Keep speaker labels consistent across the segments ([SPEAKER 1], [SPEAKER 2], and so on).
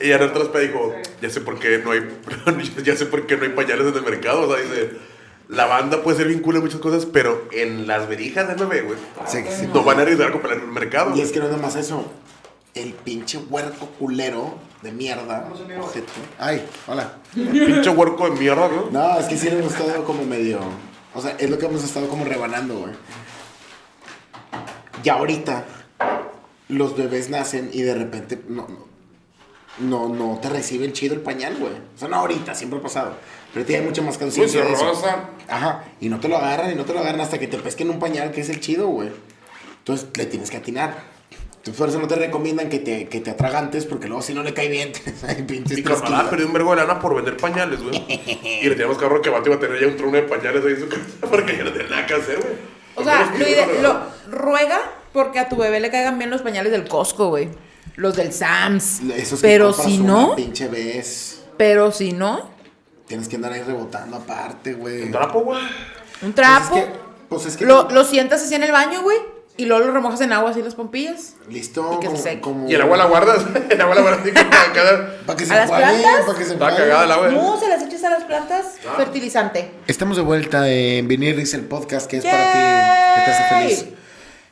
[SPEAKER 1] Y Hernán Traspa dijo, ya sé por qué no hay, ya sé por qué no hay pañales en el mercado, o sea, dice, la banda puede ser bien cool en muchas cosas, pero en las verijas de MB, güey,
[SPEAKER 2] Sí, sí.
[SPEAKER 1] no van a arriesgar a comprar en el mercado.
[SPEAKER 2] Y es que no es nada más eso. El pinche huerco culero de mierda. Ojete. Ay, hola.
[SPEAKER 1] güey. Pinche huerco de mierda, ¿no?
[SPEAKER 2] No, es que sí le hemos estado como medio. O sea, es lo que hemos estado como rebanando, güey. Y ahorita los bebés nacen y de repente no, no, no te reciben chido el pañal, güey. O sea, no ahorita, siempre ha pasado. Pero tiene mucha más conciencia.
[SPEAKER 3] Pues se
[SPEAKER 2] de eso.
[SPEAKER 3] rozan.
[SPEAKER 2] Ajá. Y no te lo agarran y no te lo agarran hasta que te pesquen un pañal que es el chido, güey. Entonces le tienes que atinar. Entonces, por eso no te recomiendan que te, que te atragantes porque luego si no le cae bien, tienes ahí pinches
[SPEAKER 1] Mi camarada
[SPEAKER 2] trasquilas.
[SPEAKER 1] perdió un vergo de lana por vender pañales, güey. Y le teníamos carro que bate iba a tener ya un trono de pañales ahí en su casa porque ya no tenía nada que hacer, güey.
[SPEAKER 4] O sea,
[SPEAKER 1] Menos
[SPEAKER 4] lo,
[SPEAKER 1] que
[SPEAKER 4] ide-
[SPEAKER 1] yo, güey.
[SPEAKER 4] lo- ruega porque a tu bebé le caigan bien los pañales del Costco, güey. Los del Sams.
[SPEAKER 2] Esos que
[SPEAKER 4] Pero
[SPEAKER 2] compras
[SPEAKER 4] si
[SPEAKER 2] una
[SPEAKER 4] no,
[SPEAKER 2] Pinche vez.
[SPEAKER 4] pero si no,
[SPEAKER 2] Tienes que andar ahí rebotando aparte, güey.
[SPEAKER 1] Un trapo, güey.
[SPEAKER 2] Pues
[SPEAKER 4] un
[SPEAKER 2] es
[SPEAKER 4] trapo.
[SPEAKER 2] que- Pues es que.
[SPEAKER 4] lo, lo sientas así en el baño, güey. Y luego lo remojas en agua así las pompillas.
[SPEAKER 2] Listo.
[SPEAKER 4] y que
[SPEAKER 2] como-
[SPEAKER 4] se-
[SPEAKER 2] como-
[SPEAKER 1] Y el agua la guardas, el agua la guardas así como para cada...
[SPEAKER 2] Para que
[SPEAKER 4] ¿A
[SPEAKER 2] se
[SPEAKER 4] las
[SPEAKER 2] enjuague,
[SPEAKER 4] plantas?
[SPEAKER 2] para que se
[SPEAKER 1] Está
[SPEAKER 2] enjuague.
[SPEAKER 1] cagada la güey.
[SPEAKER 4] No, se las echas a las plantas. Fertilizante.
[SPEAKER 2] Estamos de vuelta en Vinir el podcast que es para ti,
[SPEAKER 4] Yay.
[SPEAKER 2] que te hace feliz.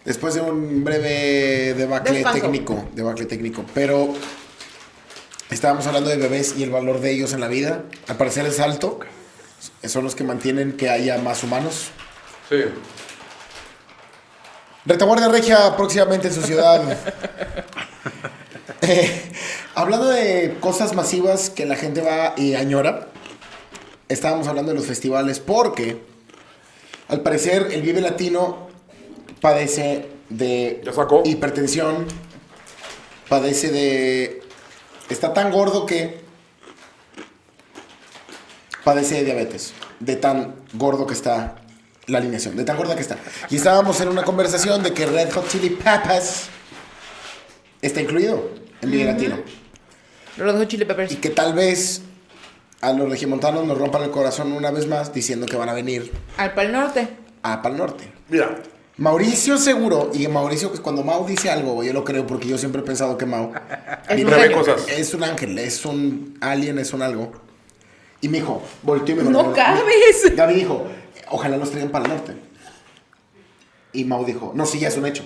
[SPEAKER 2] Después de un breve debacle
[SPEAKER 4] Descanso.
[SPEAKER 2] técnico, debacle técnico, pero estábamos hablando de bebés y el valor de ellos en la vida. Al parecer es alto. Son los que mantienen que haya más humanos.
[SPEAKER 1] Sí.
[SPEAKER 2] Retaguardia Regia próximamente en su ciudad. Eh, hablando de cosas masivas que la gente va y añora, estábamos hablando de los festivales porque, al parecer, el Vive Latino padece de
[SPEAKER 1] Ya sacó.
[SPEAKER 2] hipertensión, padece de... Está tan gordo que padece de diabetes, de tan gordo que está la alineación, de tan gorda que está. Y estábamos en una conversación de que Red Hot Chili Peppers está incluido en Vive Latino.
[SPEAKER 4] Los dos chili
[SPEAKER 2] Y
[SPEAKER 4] peppers.
[SPEAKER 2] que tal vez a los regimontanos nos rompan el corazón una vez más diciendo que van a venir
[SPEAKER 4] Al Pal Norte.
[SPEAKER 2] a Pal Norte.
[SPEAKER 1] Mira,
[SPEAKER 2] Mauricio seguro, y Mauricio, pues, cuando Mau dice algo, yo lo creo porque yo siempre he pensado que Mau
[SPEAKER 4] Es un
[SPEAKER 2] Mira,
[SPEAKER 4] genio.
[SPEAKER 1] cosas.
[SPEAKER 2] es un ángel, es un alien, es un algo. Y me dijo, volteó y me dijo,
[SPEAKER 4] No cabes.
[SPEAKER 2] Gaby dijo, ojalá los traigan para el norte. Y Mau dijo, no, sí, ya es un hecho.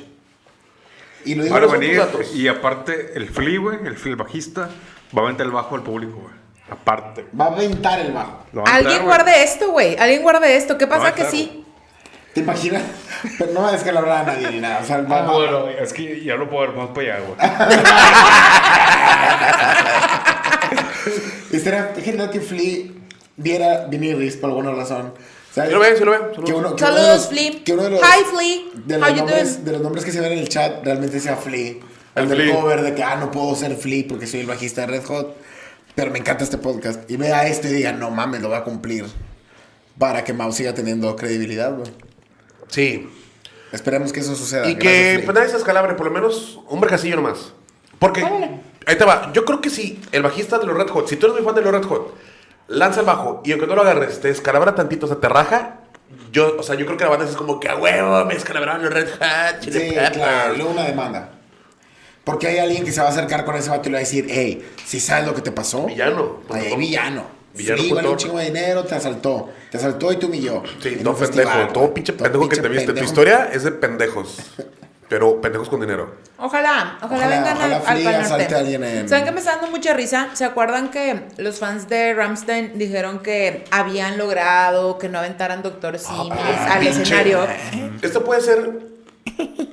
[SPEAKER 2] Y lo dijo,
[SPEAKER 3] Van a
[SPEAKER 1] ¿cuáles son tus
[SPEAKER 3] venir.
[SPEAKER 1] datos?
[SPEAKER 3] Y aparte, el Flea, güey, el Flea, el bajista, va a aventar el bajo al público, güey. Aparte.
[SPEAKER 2] va a aventar el bajo.
[SPEAKER 3] Lo va a aventar,
[SPEAKER 4] Alguien
[SPEAKER 3] güey.
[SPEAKER 4] guarde esto, güey. Alguien guarde esto. ¿Qué pasa
[SPEAKER 3] No,
[SPEAKER 4] que
[SPEAKER 3] claro.
[SPEAKER 4] sí?
[SPEAKER 2] ¿Te imaginas? Pero no es que la verdad a nadie ni nada. O sea, el
[SPEAKER 3] Ah,
[SPEAKER 2] va-
[SPEAKER 3] bueno, es que ya no puedo ver más para allá, güey.
[SPEAKER 2] Estaría genial que Flea viera Viniris por alguna razón. ¿Sabes?
[SPEAKER 1] sí lo veo, sí lo veo.
[SPEAKER 2] Que uno, que uno de
[SPEAKER 4] Saludos,
[SPEAKER 2] los-
[SPEAKER 4] Flea.
[SPEAKER 2] que uno de los-
[SPEAKER 4] Hi, Flea.
[SPEAKER 2] de
[SPEAKER 4] How
[SPEAKER 2] los,
[SPEAKER 4] you
[SPEAKER 2] nombres,
[SPEAKER 4] doing?
[SPEAKER 2] de los nombres que se ven en el chat realmente sea Flea.
[SPEAKER 1] El
[SPEAKER 2] El del
[SPEAKER 1] Flea.
[SPEAKER 2] cover de que, ah, no puedo ser Flea porque soy el bajista de Red Hot. Pero me encanta este podcast. Y vea esto y diga, no mames, lo voy a cumplir. Para que Mau siga teniendo credibilidad, güey.
[SPEAKER 1] Sí.
[SPEAKER 2] Esperemos que eso suceda.
[SPEAKER 1] Y
[SPEAKER 2] Gracias,
[SPEAKER 1] que
[SPEAKER 2] Flea.
[SPEAKER 1] pues, nadie se escalabre, por lo menos un vergacillo nomás. Porque,
[SPEAKER 4] Órale.
[SPEAKER 1] ahí te va, yo creo que si el bajista de los Red Hot, si tú eres muy fan de los Red Hot, lanza el bajo y aunque no lo agarres, te descalabra tantito, se te raja, yo, o sea, yo creo que la banda es como que a huevo, me descalabraron los Red Hot, Chili
[SPEAKER 2] Sí,
[SPEAKER 1] Peppers".
[SPEAKER 2] claro, luego una demanda. Porque hay alguien que se va a acercar con ese vato y le va a decir, hey, si sabes lo que te pasó.
[SPEAKER 1] Villano.
[SPEAKER 2] Ahí hay villano.
[SPEAKER 1] Pues, Villano
[SPEAKER 2] sí, vale
[SPEAKER 1] putor.
[SPEAKER 2] un chingo de dinero, te asaltó. Te asaltó y te humilló.
[SPEAKER 1] Sí,
[SPEAKER 2] En
[SPEAKER 1] todo pendejo,
[SPEAKER 2] un festival.
[SPEAKER 1] todo pinche
[SPEAKER 2] Todo
[SPEAKER 1] pendejo que
[SPEAKER 2] pinche
[SPEAKER 1] te viste. Tu
[SPEAKER 2] pendejo.
[SPEAKER 1] historia es de pendejos, pero pendejos con dinero.
[SPEAKER 4] Ojalá, ojalá,
[SPEAKER 2] Ojalá-
[SPEAKER 4] vengan
[SPEAKER 2] ojalá
[SPEAKER 4] al, al
[SPEAKER 2] Flea
[SPEAKER 4] Pal Norte.
[SPEAKER 2] salte a alguien en-
[SPEAKER 4] ¿Saben que me está dando mucha risa? ¿Se acuerdan que los fans de Ramstein dijeron que habían logrado que no aventaran Doctor Simi
[SPEAKER 1] ah,
[SPEAKER 4] al
[SPEAKER 1] pinche-
[SPEAKER 4] escenario?
[SPEAKER 1] Esto puede ser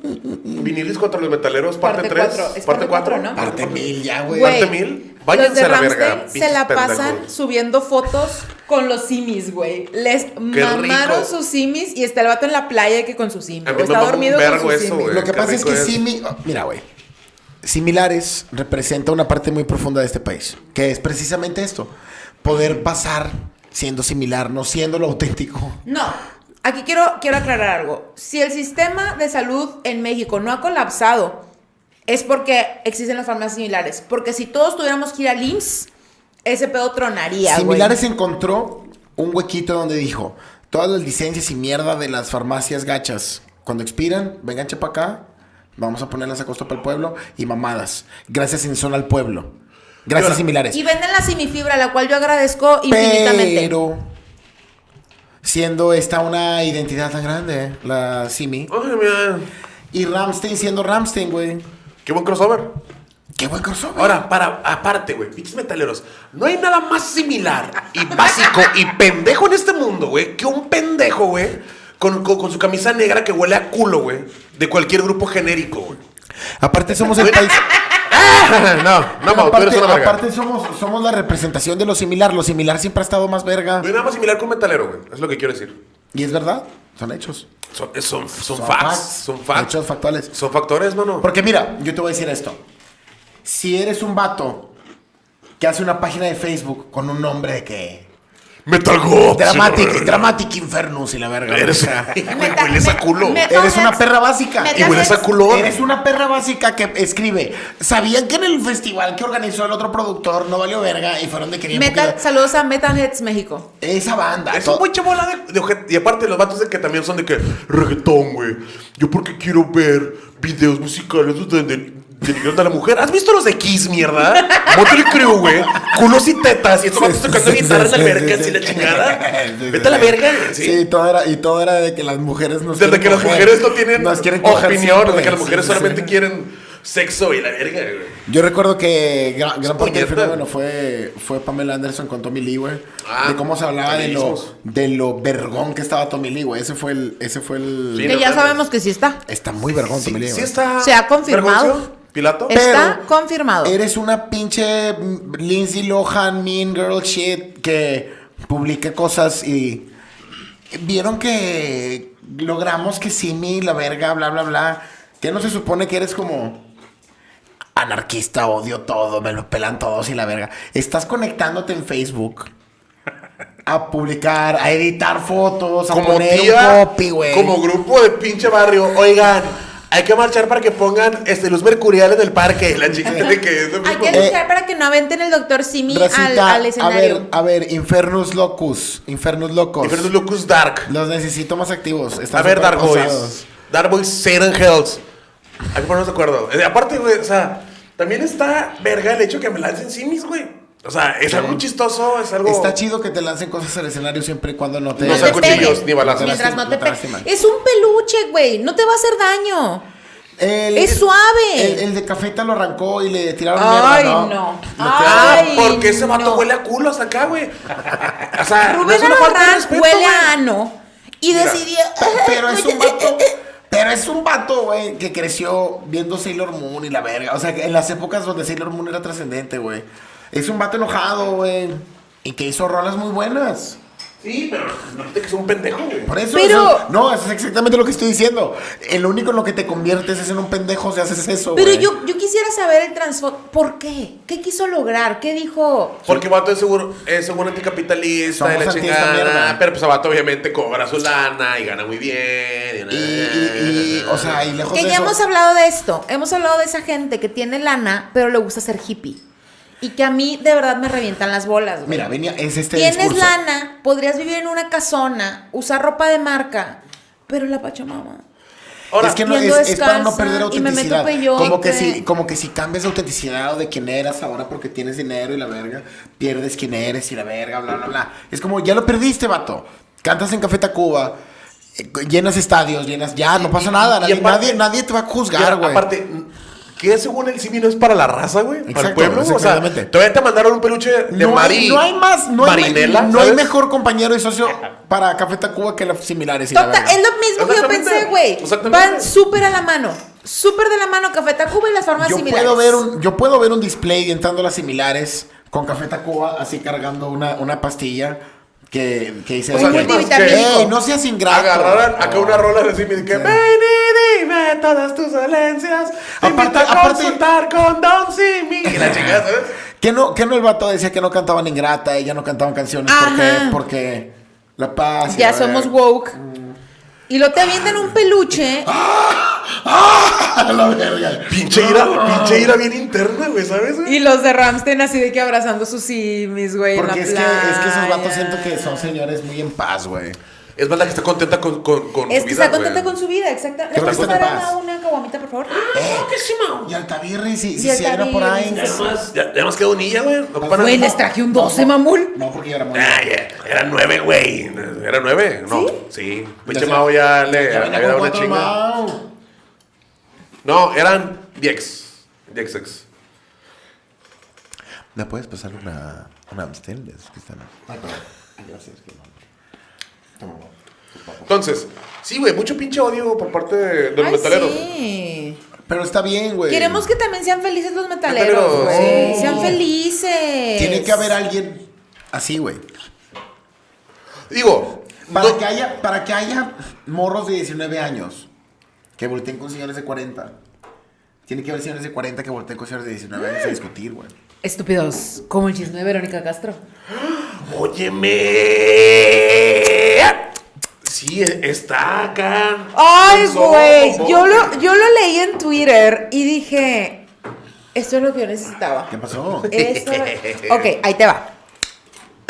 [SPEAKER 1] vinilis contra los metaleros, parte
[SPEAKER 4] Parte
[SPEAKER 1] 3,
[SPEAKER 4] cuatro, es
[SPEAKER 1] parte 4,
[SPEAKER 4] parte cuatro, ¿no?
[SPEAKER 2] Parte mil ya, güey.
[SPEAKER 4] Güey,
[SPEAKER 1] Parte mil, váyanse
[SPEAKER 4] los de
[SPEAKER 1] a la verga,
[SPEAKER 4] Rammstein
[SPEAKER 1] pinches
[SPEAKER 4] se la pasan
[SPEAKER 1] pendejos.
[SPEAKER 4] subiendo fotos con los simis, güey. Les mamaron
[SPEAKER 1] rico.
[SPEAKER 4] sus simis y está el vato en la playa que con sus simis.
[SPEAKER 1] A mí me
[SPEAKER 4] Está
[SPEAKER 1] mama un
[SPEAKER 4] dormido con
[SPEAKER 1] vergo
[SPEAKER 4] sus
[SPEAKER 1] eso,
[SPEAKER 4] simis.
[SPEAKER 1] güey.
[SPEAKER 2] Lo que
[SPEAKER 1] qué
[SPEAKER 2] pasa es
[SPEAKER 1] rico
[SPEAKER 2] que
[SPEAKER 1] es.
[SPEAKER 2] simi... oh, Mira, güey. Similares representa una parte muy profunda de este país, que es precisamente esto. Poder pasar siendo similar, no siendo lo auténtico.
[SPEAKER 4] No, aquí quiero, quiero aclarar algo. Si el sistema de salud en México no ha colapsado, es porque existen las farmacias similares. Porque si todos tuviéramos que ir al IMSS, ese pedo tronaría, güey.
[SPEAKER 2] Similares encontró un huequito donde dijo, todas las licencias y mierda de las farmacias gachas, cuando expiran, vengan para acá, vamos a ponerlas a costo para el pueblo y mamadas. Gracias en son al pueblo. Gracias
[SPEAKER 1] Ahora,
[SPEAKER 2] similares.
[SPEAKER 4] Y venden la semifibra, la cual yo agradezco infinitamente.
[SPEAKER 2] Pero siendo esta una identidad tan grande, la Simi.
[SPEAKER 1] Ay, mira.
[SPEAKER 2] Y Ramstein siendo Ramstein, güey.
[SPEAKER 1] Qué buen crossover.
[SPEAKER 2] Qué buen crossover.
[SPEAKER 1] Ahora, para, aparte, güey, pinches metaleros, no hay nada más similar y básico y pendejo en este mundo, güey, que un pendejo, güey, con, con- con su camisa negra que huele a culo, güey, de cualquier grupo genérico, güey.
[SPEAKER 2] Aparte somos el
[SPEAKER 1] Güey,
[SPEAKER 2] país.
[SPEAKER 1] no, no, Mau, tú eres
[SPEAKER 2] aparte,
[SPEAKER 1] una verga.
[SPEAKER 2] aparte somos, somos la representación de lo similar. Lo similar siempre ha estado más verga.
[SPEAKER 1] No hay nada más similar que un metalero, güey, es lo que quiero decir.
[SPEAKER 2] Y es verdad, son hechos.
[SPEAKER 1] Son, es- son, son, facts, son facts.
[SPEAKER 2] Hechos factuales.
[SPEAKER 1] Son factores, mano.
[SPEAKER 2] Porque mira, yo te voy a decir esto. Si eres un vato que hace una página de Facebook con un nombre de que...
[SPEAKER 1] Metal God.
[SPEAKER 2] Dramatic, Dramatic Infernus y la verga.
[SPEAKER 1] Oh, Eres,
[SPEAKER 2] o sea,
[SPEAKER 1] güey, hueles a culo.
[SPEAKER 4] Me-
[SPEAKER 2] eres una
[SPEAKER 4] Metalheads.
[SPEAKER 2] perra básica.
[SPEAKER 1] y hueles a culo.
[SPEAKER 2] Eres una perra básica que escribe. ¿Sabían que en el festival que organizó el otro productor no valió verga y fueron de que bien
[SPEAKER 4] Metal,
[SPEAKER 2] poquito?
[SPEAKER 4] saludos a Metalheads México.
[SPEAKER 2] Esa banda.
[SPEAKER 1] Es
[SPEAKER 2] to-
[SPEAKER 1] un mucha bola de, de ojet- Y aparte, los vatos de que también son de que reggaetón, güey. Yo porque quiero ver videos musicales donde de- denigrando a la mujer. ¿Has visto los de Kiss, mierda? Motel Crew, güey. Culos y tetas. Y estos vatos tocando guitarra en albercas y la chingada. Vete a la verga, güey,
[SPEAKER 2] Sí,
[SPEAKER 1] ¿sí?
[SPEAKER 2] todo era, y todo era de que las mujeres nos
[SPEAKER 1] Desde
[SPEAKER 2] quieren
[SPEAKER 1] que las
[SPEAKER 2] coger.
[SPEAKER 1] mujeres no tienen
[SPEAKER 2] Nos quieren coger
[SPEAKER 1] opinión, desde
[SPEAKER 2] siempre,
[SPEAKER 1] que las mujeres
[SPEAKER 2] sí, sí,
[SPEAKER 1] solamente
[SPEAKER 2] sí.
[SPEAKER 1] quieren sexo y la verga, güey.
[SPEAKER 2] Yo recuerdo que gran, gran parte del
[SPEAKER 1] Puñeta.
[SPEAKER 2] fenómeno fue, fue Pamela Anderson con Tommy Lee, güey.
[SPEAKER 1] Ah,
[SPEAKER 2] de cómo se hablaba de lo,
[SPEAKER 1] feminismos.
[SPEAKER 2] de lo vergón que estaba Tommy Lee, güey. Ese fue el. Ese fue el
[SPEAKER 1] Sí,
[SPEAKER 4] Que
[SPEAKER 1] no
[SPEAKER 4] ya
[SPEAKER 1] mames.
[SPEAKER 4] sabemos que sí está.
[SPEAKER 2] Está muy vergón Tommy Lee,
[SPEAKER 1] Sí
[SPEAKER 2] güey.
[SPEAKER 1] está.
[SPEAKER 4] Se ha confirmado.
[SPEAKER 1] vergonzoso, ¿Pilato?
[SPEAKER 4] Es- Está confirmado.
[SPEAKER 2] Eres una pinche Lindsay Lohan, Mean Girl shit que publica cosas y. Vieron que logramos que Simi, la verga, bla, bla, bla. Que no se supone que eres como. Anarquista, odio todo, me lo pelan todos y la verga. Estás conectándote en Facebook a publicar, a editar fotos, a
[SPEAKER 1] como
[SPEAKER 2] poner
[SPEAKER 1] tía,
[SPEAKER 2] un copy, güey.
[SPEAKER 1] como grupo de pinche barrio, oigan, hay que marchar para que pongan este luz mercurial en el parque. La chica tiene que es lo
[SPEAKER 4] Hay
[SPEAKER 1] mismo.
[SPEAKER 4] que
[SPEAKER 2] Eh,
[SPEAKER 4] luchar para que no aventen el doctor Simi al,
[SPEAKER 2] Racita,
[SPEAKER 4] al
[SPEAKER 2] a ver,
[SPEAKER 4] escenario.
[SPEAKER 2] a ver, Infernus Locus, Infernus Locos.
[SPEAKER 1] Diferentes Locus Dark.
[SPEAKER 2] Los necesito más activos. Están
[SPEAKER 1] A ver,
[SPEAKER 2] súper
[SPEAKER 1] Dark
[SPEAKER 2] pasados.
[SPEAKER 1] Boys. Dark Boys, Satan Hells. Hay que ponernos de acuerdo. Eh, aparte, güey, o sea, también está verga el hecho que me lancen simis, güey. O sea, es algo chistoso, es algo.
[SPEAKER 2] Está chido que te lancen cosas al escenario siempre y cuando no te.
[SPEAKER 1] No sean
[SPEAKER 4] te peguen.
[SPEAKER 1] cuchillos ni balazos.
[SPEAKER 4] Mientras
[SPEAKER 2] Lastima-
[SPEAKER 4] no te
[SPEAKER 2] te lastiman.
[SPEAKER 4] peguen. Es un peluche, güey. No te va a hacer daño.
[SPEAKER 2] El-
[SPEAKER 4] Es suave.
[SPEAKER 2] El, el de Cafeta lo arrancó y le tiraron
[SPEAKER 4] Ay,
[SPEAKER 2] mierda, ¿no?
[SPEAKER 4] no.
[SPEAKER 2] Lo
[SPEAKER 1] Ah,
[SPEAKER 4] Ay,
[SPEAKER 1] porque ese vato
[SPEAKER 4] no.
[SPEAKER 1] huele a culo hasta acá, güey. O sea, no es
[SPEAKER 4] Rubén
[SPEAKER 1] una falta de
[SPEAKER 4] Albarrán
[SPEAKER 1] respeto,
[SPEAKER 4] huele
[SPEAKER 1] güey.
[SPEAKER 4] a ano. Y eh,
[SPEAKER 1] Mira.
[SPEAKER 4] decidió.
[SPEAKER 2] pe- Pero es un vato. Pero es un vato, güey, que creció viendo Sailor Moon y la verga. O sea, que en las épocas donde Sailor Moon era trascendente, güey. Es un vato enojado, güey. Y que hizo rolas muy buenas.
[SPEAKER 1] Sí, pero no te que es un pendejo, güey.
[SPEAKER 2] Por eso.
[SPEAKER 4] Pero-
[SPEAKER 2] eso- no, eso es exactamente lo que estoy diciendo. El único en lo que te conviertes es en un pendejo si haces eso,
[SPEAKER 4] Pero
[SPEAKER 2] güey.
[SPEAKER 4] yo, yo quisiera saber el trasfondo. ¿Por qué? ¿Qué quiso lograr? ¿Qué dijo?
[SPEAKER 1] Porque Vato es seguro, es seguro anticapitalista de
[SPEAKER 2] Somos
[SPEAKER 1] la
[SPEAKER 2] anti esta mierda.
[SPEAKER 1] chingada. Pero pues a Vato obviamente cobra su lana y gana muy bien.
[SPEAKER 2] Y, y- y, o sea, y lejos
[SPEAKER 4] Que
[SPEAKER 2] de
[SPEAKER 4] ya
[SPEAKER 2] Pues eso-
[SPEAKER 4] hemos hablado de esto. Hemos hablado de esa gente que tiene lana, pero le gusta ser hippie. Y que a mí de verdad me revientan las bolas, güey.
[SPEAKER 2] Mira, venía, es este
[SPEAKER 4] Tienes
[SPEAKER 2] discurso.
[SPEAKER 4] lana, podrías vivir en una casona, usar ropa de marca, pero la Pachamama.
[SPEAKER 1] Ahora,
[SPEAKER 2] es que no, es,
[SPEAKER 4] viendo
[SPEAKER 2] es para no
[SPEAKER 4] descalza
[SPEAKER 2] perder
[SPEAKER 4] y me meto
[SPEAKER 2] autenticidad.
[SPEAKER 4] peyote.
[SPEAKER 2] Como que, si, como que si cambias de autenticidad o de quién eras ahora porque tienes dinero y la verga, pierdes quién eres y la verga, bla, bla, bla. Es como, ya lo perdiste, vato. Cantas en Café Tacuba, eh, llenas estadios, llenas, ya, no pasa nada. Nadie,
[SPEAKER 1] aparte-
[SPEAKER 2] nadie, nadie te va a juzgar,
[SPEAKER 1] claro,
[SPEAKER 2] güey.
[SPEAKER 1] aparte, ¿qué según el Simi no es para la raza, güey? Para
[SPEAKER 2] Exacto,
[SPEAKER 1] el pueblo. O sea,
[SPEAKER 2] exactamente.
[SPEAKER 1] todavía te mandaron un peluche de
[SPEAKER 2] no,
[SPEAKER 1] Mari.
[SPEAKER 2] hay, no hay más, no, hay,
[SPEAKER 1] Marinela,
[SPEAKER 2] no hay
[SPEAKER 1] ¿sabes?
[SPEAKER 2] mejor compañero y socio para Café Tacuba que los similares. Y la
[SPEAKER 4] Total,
[SPEAKER 2] verga.
[SPEAKER 4] es lo mismo que yo
[SPEAKER 1] Exactamente,
[SPEAKER 4] pensé, güey.
[SPEAKER 1] exactamente.
[SPEAKER 4] Van súper a la mano. Súper de la mano Café Tacuba y las formas
[SPEAKER 2] Yo
[SPEAKER 4] similares.
[SPEAKER 2] puedo, ver un, yo puedo ver un display entrando las similares con Café Tacuba, así cargando una, una pastilla que, que dice...
[SPEAKER 1] O sea,
[SPEAKER 4] Un
[SPEAKER 1] ¿qué más?
[SPEAKER 4] multivitamínico.
[SPEAKER 2] "Ey, no seas ingrato!
[SPEAKER 1] Agarraron acá una rola de Simi de que
[SPEAKER 2] Sí.
[SPEAKER 1] ven y dime todas tus dolencias. Te
[SPEAKER 2] Aparte-
[SPEAKER 1] invito a
[SPEAKER 2] aparte-
[SPEAKER 1] consultar con Don Simi. Y la chingada, ¿sabes?
[SPEAKER 2] Que no, que no el vato decía que no cantaban ingrata, ella no cantaban canciones porque,
[SPEAKER 4] Ajá.
[SPEAKER 2] porque la paz... y
[SPEAKER 4] Ya
[SPEAKER 2] la
[SPEAKER 4] somos
[SPEAKER 2] verga.
[SPEAKER 4] woke.
[SPEAKER 2] Mm.
[SPEAKER 4] Y lo te avientan un peluche.
[SPEAKER 2] ¡Ah! La verga.
[SPEAKER 1] Pinche ira, pinche ira bien interna, güey, ¿sabes? güey?
[SPEAKER 4] Y los de Ramstein así de que abrazando sus simis, güey. en
[SPEAKER 2] Porque
[SPEAKER 4] la
[SPEAKER 2] es que, es que esos
[SPEAKER 4] playa.
[SPEAKER 2] vatos siento que son señores muy en paz, güey.
[SPEAKER 1] Es más la que está contenta con, con, con
[SPEAKER 4] Es
[SPEAKER 1] su
[SPEAKER 4] que
[SPEAKER 1] vida,
[SPEAKER 4] está contenta
[SPEAKER 1] güey.
[SPEAKER 4] con su vida, exacta. ¿Le
[SPEAKER 2] que
[SPEAKER 4] puedes
[SPEAKER 2] está en
[SPEAKER 4] dar a
[SPEAKER 2] paz.
[SPEAKER 4] una caguamita, por favor?
[SPEAKER 2] ¡Eh! Y Altavirri, si, si
[SPEAKER 4] Y
[SPEAKER 2] se era por ahí.
[SPEAKER 1] Ya nomás, ya, ya nomás quedó un niña, güey. No ocupan-
[SPEAKER 4] Güey, les traje un 12, mamul.
[SPEAKER 2] No, porque ya era muy.
[SPEAKER 1] Ah, ya, Era nueve, güey. Era nueve, ¿no? Sí. Pinche Mao ya le
[SPEAKER 2] Ya venía
[SPEAKER 1] había
[SPEAKER 2] con
[SPEAKER 1] dado una
[SPEAKER 2] cuatro,
[SPEAKER 1] chinga.
[SPEAKER 2] Mau.
[SPEAKER 1] No, eran Diex. Diex ex.
[SPEAKER 5] ¿Me puedes pasar una, una Amstel? de esas que están-
[SPEAKER 2] Ay, perdón. Ay, Gracias. que no. Toma, Mau.
[SPEAKER 1] Entonces, sí, güey, mucho pinche odio por parte de los
[SPEAKER 4] Ay,
[SPEAKER 1] metaleros.
[SPEAKER 4] sí.
[SPEAKER 2] Pero está bien, güey.
[SPEAKER 4] Queremos que también sean felices los metaleros,
[SPEAKER 1] Metaleros,
[SPEAKER 4] güey.
[SPEAKER 2] sí.
[SPEAKER 4] Sean felices.
[SPEAKER 2] Tiene que haber alguien así, güey.
[SPEAKER 1] Digo,
[SPEAKER 2] Para,
[SPEAKER 1] no-
[SPEAKER 2] que haya, para que haya morros de 19 años que volteen con señores de 40. Tiene que haber señores de 40 que volteen con señores de 19 años a discutir, güey.
[SPEAKER 4] Estúpidos, como el chisme de Verónica Castro.
[SPEAKER 1] Óyeme. Sí, e- está acá.
[SPEAKER 4] Ay,
[SPEAKER 1] Son
[SPEAKER 4] güey.
[SPEAKER 1] somos-
[SPEAKER 4] Yo lo, yo lo leí en Twitter y dije, esto es lo que yo necesitaba.
[SPEAKER 2] ¿Qué pasó?
[SPEAKER 4] Eso- ok, ahí te va.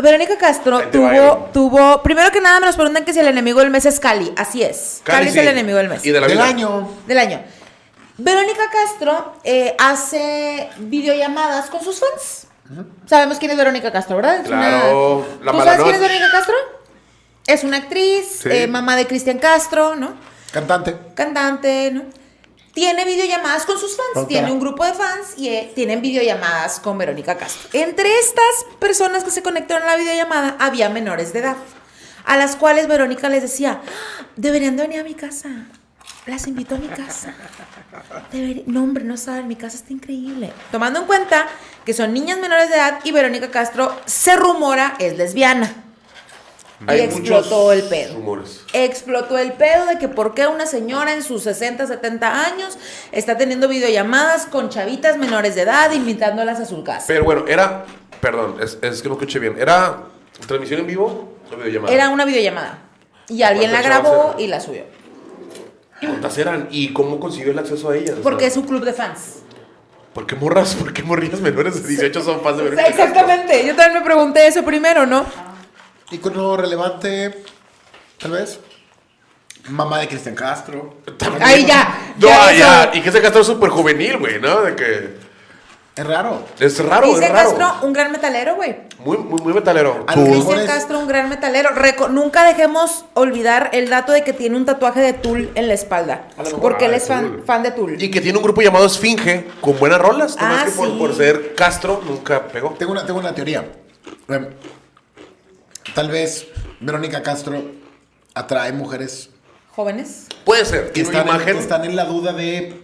[SPEAKER 4] Verónica Castro
[SPEAKER 1] Ahí te va,
[SPEAKER 4] tuvo,
[SPEAKER 1] Aaron.
[SPEAKER 4] tuvo. Primero que nada, me nos preguntan que si el enemigo del mes es Cali. Así es. Cali, es
[SPEAKER 1] sí.
[SPEAKER 4] el enemigo del mes.
[SPEAKER 1] Y de la
[SPEAKER 2] Del
[SPEAKER 1] vida.
[SPEAKER 2] año.
[SPEAKER 4] del año. Verónica Castro eh, hace videollamadas con sus fans. Sabemos quién es Verónica Castro, ¿verdad? Es
[SPEAKER 1] Claro, la
[SPEAKER 4] ¿Tú sabes quién
[SPEAKER 1] Malanoche.
[SPEAKER 4] es Verónica Castro? Es una actriz,
[SPEAKER 3] Sí.
[SPEAKER 4] eh, mamá de Cristian Castro, ¿no?
[SPEAKER 2] Cantante.
[SPEAKER 4] Cantante, ¿no? Tiene videollamadas con sus fans,
[SPEAKER 2] Productora.
[SPEAKER 4] tiene un grupo de fans y eh, tienen videollamadas con Verónica Castro. Entre estas personas que se conectaron a la videollamada había menores de edad, a las cuales Verónica les decía, "Ah, deberían de venir a mi casa, las invito a mi casa. Deberí- No, hombre, no saben, mi casa está increíble. Tomando en cuenta que son niñas menores de edad y Verónica Castro se rumora es lesbiana.
[SPEAKER 1] Hay
[SPEAKER 4] y explotó
[SPEAKER 1] muchos
[SPEAKER 4] el pedo.
[SPEAKER 1] rumores.
[SPEAKER 4] Explotó el pedo de que por qué una señora en sus 60, 70 años está teniendo videollamadas con chavitas menores de edad invitándolas a su casa.
[SPEAKER 1] Pero bueno, era. Perdón, es, es que no escuché bien. ¿Era transmisión en vivo o videollamada?
[SPEAKER 4] Era una videollamada. Y alguien la
[SPEAKER 1] ¿Cuántos
[SPEAKER 4] grabó
[SPEAKER 1] chavos eran? Pues
[SPEAKER 4] y la subió.
[SPEAKER 1] ¿Cuántas eran? ¿Y cómo consiguió el acceso a ellas?
[SPEAKER 4] Porque
[SPEAKER 1] O
[SPEAKER 4] es
[SPEAKER 1] sea,
[SPEAKER 4] un club de fans.
[SPEAKER 1] ¿Por qué morras? ¿Por qué morrillas menores de 18 son fans de
[SPEAKER 4] O
[SPEAKER 1] Verónica
[SPEAKER 4] sea,
[SPEAKER 1] Castro?
[SPEAKER 4] exactamente. Yo también me pregunté eso primero, ¿no?
[SPEAKER 2] Icono relevante, tal vez. Mamá de Cristian Castro.
[SPEAKER 4] Ahí ya.
[SPEAKER 1] No,
[SPEAKER 4] ya
[SPEAKER 1] ah,
[SPEAKER 4] eso.
[SPEAKER 1] ya. Y que ese Castro es súper juvenil, güey, ¿no? De que.
[SPEAKER 2] Es raro.
[SPEAKER 1] Es raro,
[SPEAKER 4] Cristian
[SPEAKER 1] es raro.
[SPEAKER 4] Castro, un gran metalero, güey.
[SPEAKER 1] Muy, muy, muy metalero.
[SPEAKER 2] A lo
[SPEAKER 1] Tú-
[SPEAKER 2] mejor
[SPEAKER 4] Cristian
[SPEAKER 2] es-
[SPEAKER 4] Castro, un gran metalero. Reco- nunca dejemos olvidar el dato de que tiene un tatuaje de Tool en la espalda.
[SPEAKER 1] A lo mejor-
[SPEAKER 4] Porque él
[SPEAKER 3] ah,
[SPEAKER 4] es fan,
[SPEAKER 3] Tool.
[SPEAKER 4] fan de Tool.
[SPEAKER 1] Y que tiene un grupo llamado Esfinge con buenas rolas. Nomás
[SPEAKER 4] Ah,
[SPEAKER 1] que por,
[SPEAKER 4] sí.
[SPEAKER 1] por ser Castro nunca pegó.
[SPEAKER 2] Tengo una, tengo una teoría. Em, Tal vez Verónica Castro atrae mujeres
[SPEAKER 4] Jóvenes.
[SPEAKER 1] Puede ser.
[SPEAKER 2] que
[SPEAKER 1] Tiene una
[SPEAKER 2] están, en,
[SPEAKER 1] imagen.
[SPEAKER 2] que están en la duda de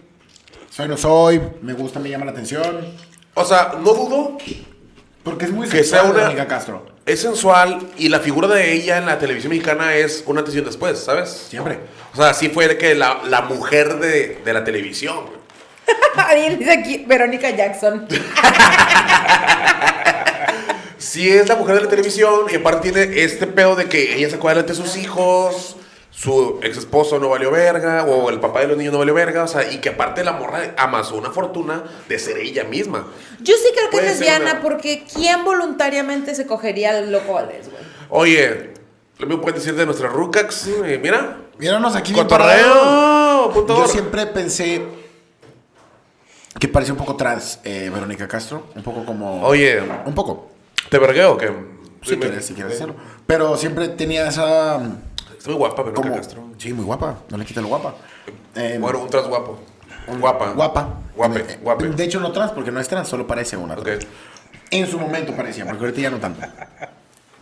[SPEAKER 2] soy no soy, me gusta, me llama la atención.
[SPEAKER 1] O sea, no dudo.
[SPEAKER 2] Porque es muy
[SPEAKER 1] Que sea
[SPEAKER 2] sexual
[SPEAKER 1] una-
[SPEAKER 2] Verónica Castro.
[SPEAKER 1] Es sensual y la figura de ella en la televisión mexicana es una antes y un después, ¿sabes?
[SPEAKER 2] Siempre.
[SPEAKER 1] O sea, sí fue de que la, la mujer de, de la televisión. güey.
[SPEAKER 4] Alguien dice aquí Verónica Jackson.
[SPEAKER 1] Sí es la mujer de la televisión y aparte tiene este pedo de que ella sacó adelante a sus hijos, su ex esposo no valió verga o el papá de los niños no valió verga, o sea, y que aparte la morra amasó una fortuna de ser ella misma.
[SPEAKER 4] Yo sí creo que
[SPEAKER 1] Puede
[SPEAKER 4] es
[SPEAKER 1] ser
[SPEAKER 4] lesbiana
[SPEAKER 1] una-
[SPEAKER 4] porque ¿quién voluntariamente se cogería al loco Valdés, güey?
[SPEAKER 1] Oye, lo mismo puedes decir de nuestras Rucax, eh, mira.
[SPEAKER 2] Míranos aquí. bien parados.
[SPEAKER 1] Cotorreo, punto.
[SPEAKER 2] Yo
[SPEAKER 1] org.
[SPEAKER 2] siempre pensé que parecía un poco trans eh, Verónica Castro. Un poco como.
[SPEAKER 1] Oye.
[SPEAKER 2] Un poco.
[SPEAKER 1] ¿Te vergueo o qué?
[SPEAKER 2] Si quieres, si quieres hacerlo. Pero siempre tenía esa. mm,
[SPEAKER 1] Está muy guapa, Verónica
[SPEAKER 2] Como,
[SPEAKER 1] Castro.
[SPEAKER 2] sí, muy guapa. No le quita lo guapa. Eh,
[SPEAKER 1] Bueno, un trans guapo. Guapa.
[SPEAKER 2] guapa.
[SPEAKER 1] Guape,
[SPEAKER 2] Eh,
[SPEAKER 1] guape.
[SPEAKER 2] De hecho, no trans, porque no es trans, solo parece una.
[SPEAKER 1] Ok.
[SPEAKER 2] trans. En su momento parecía, porque ahorita ya no tanto.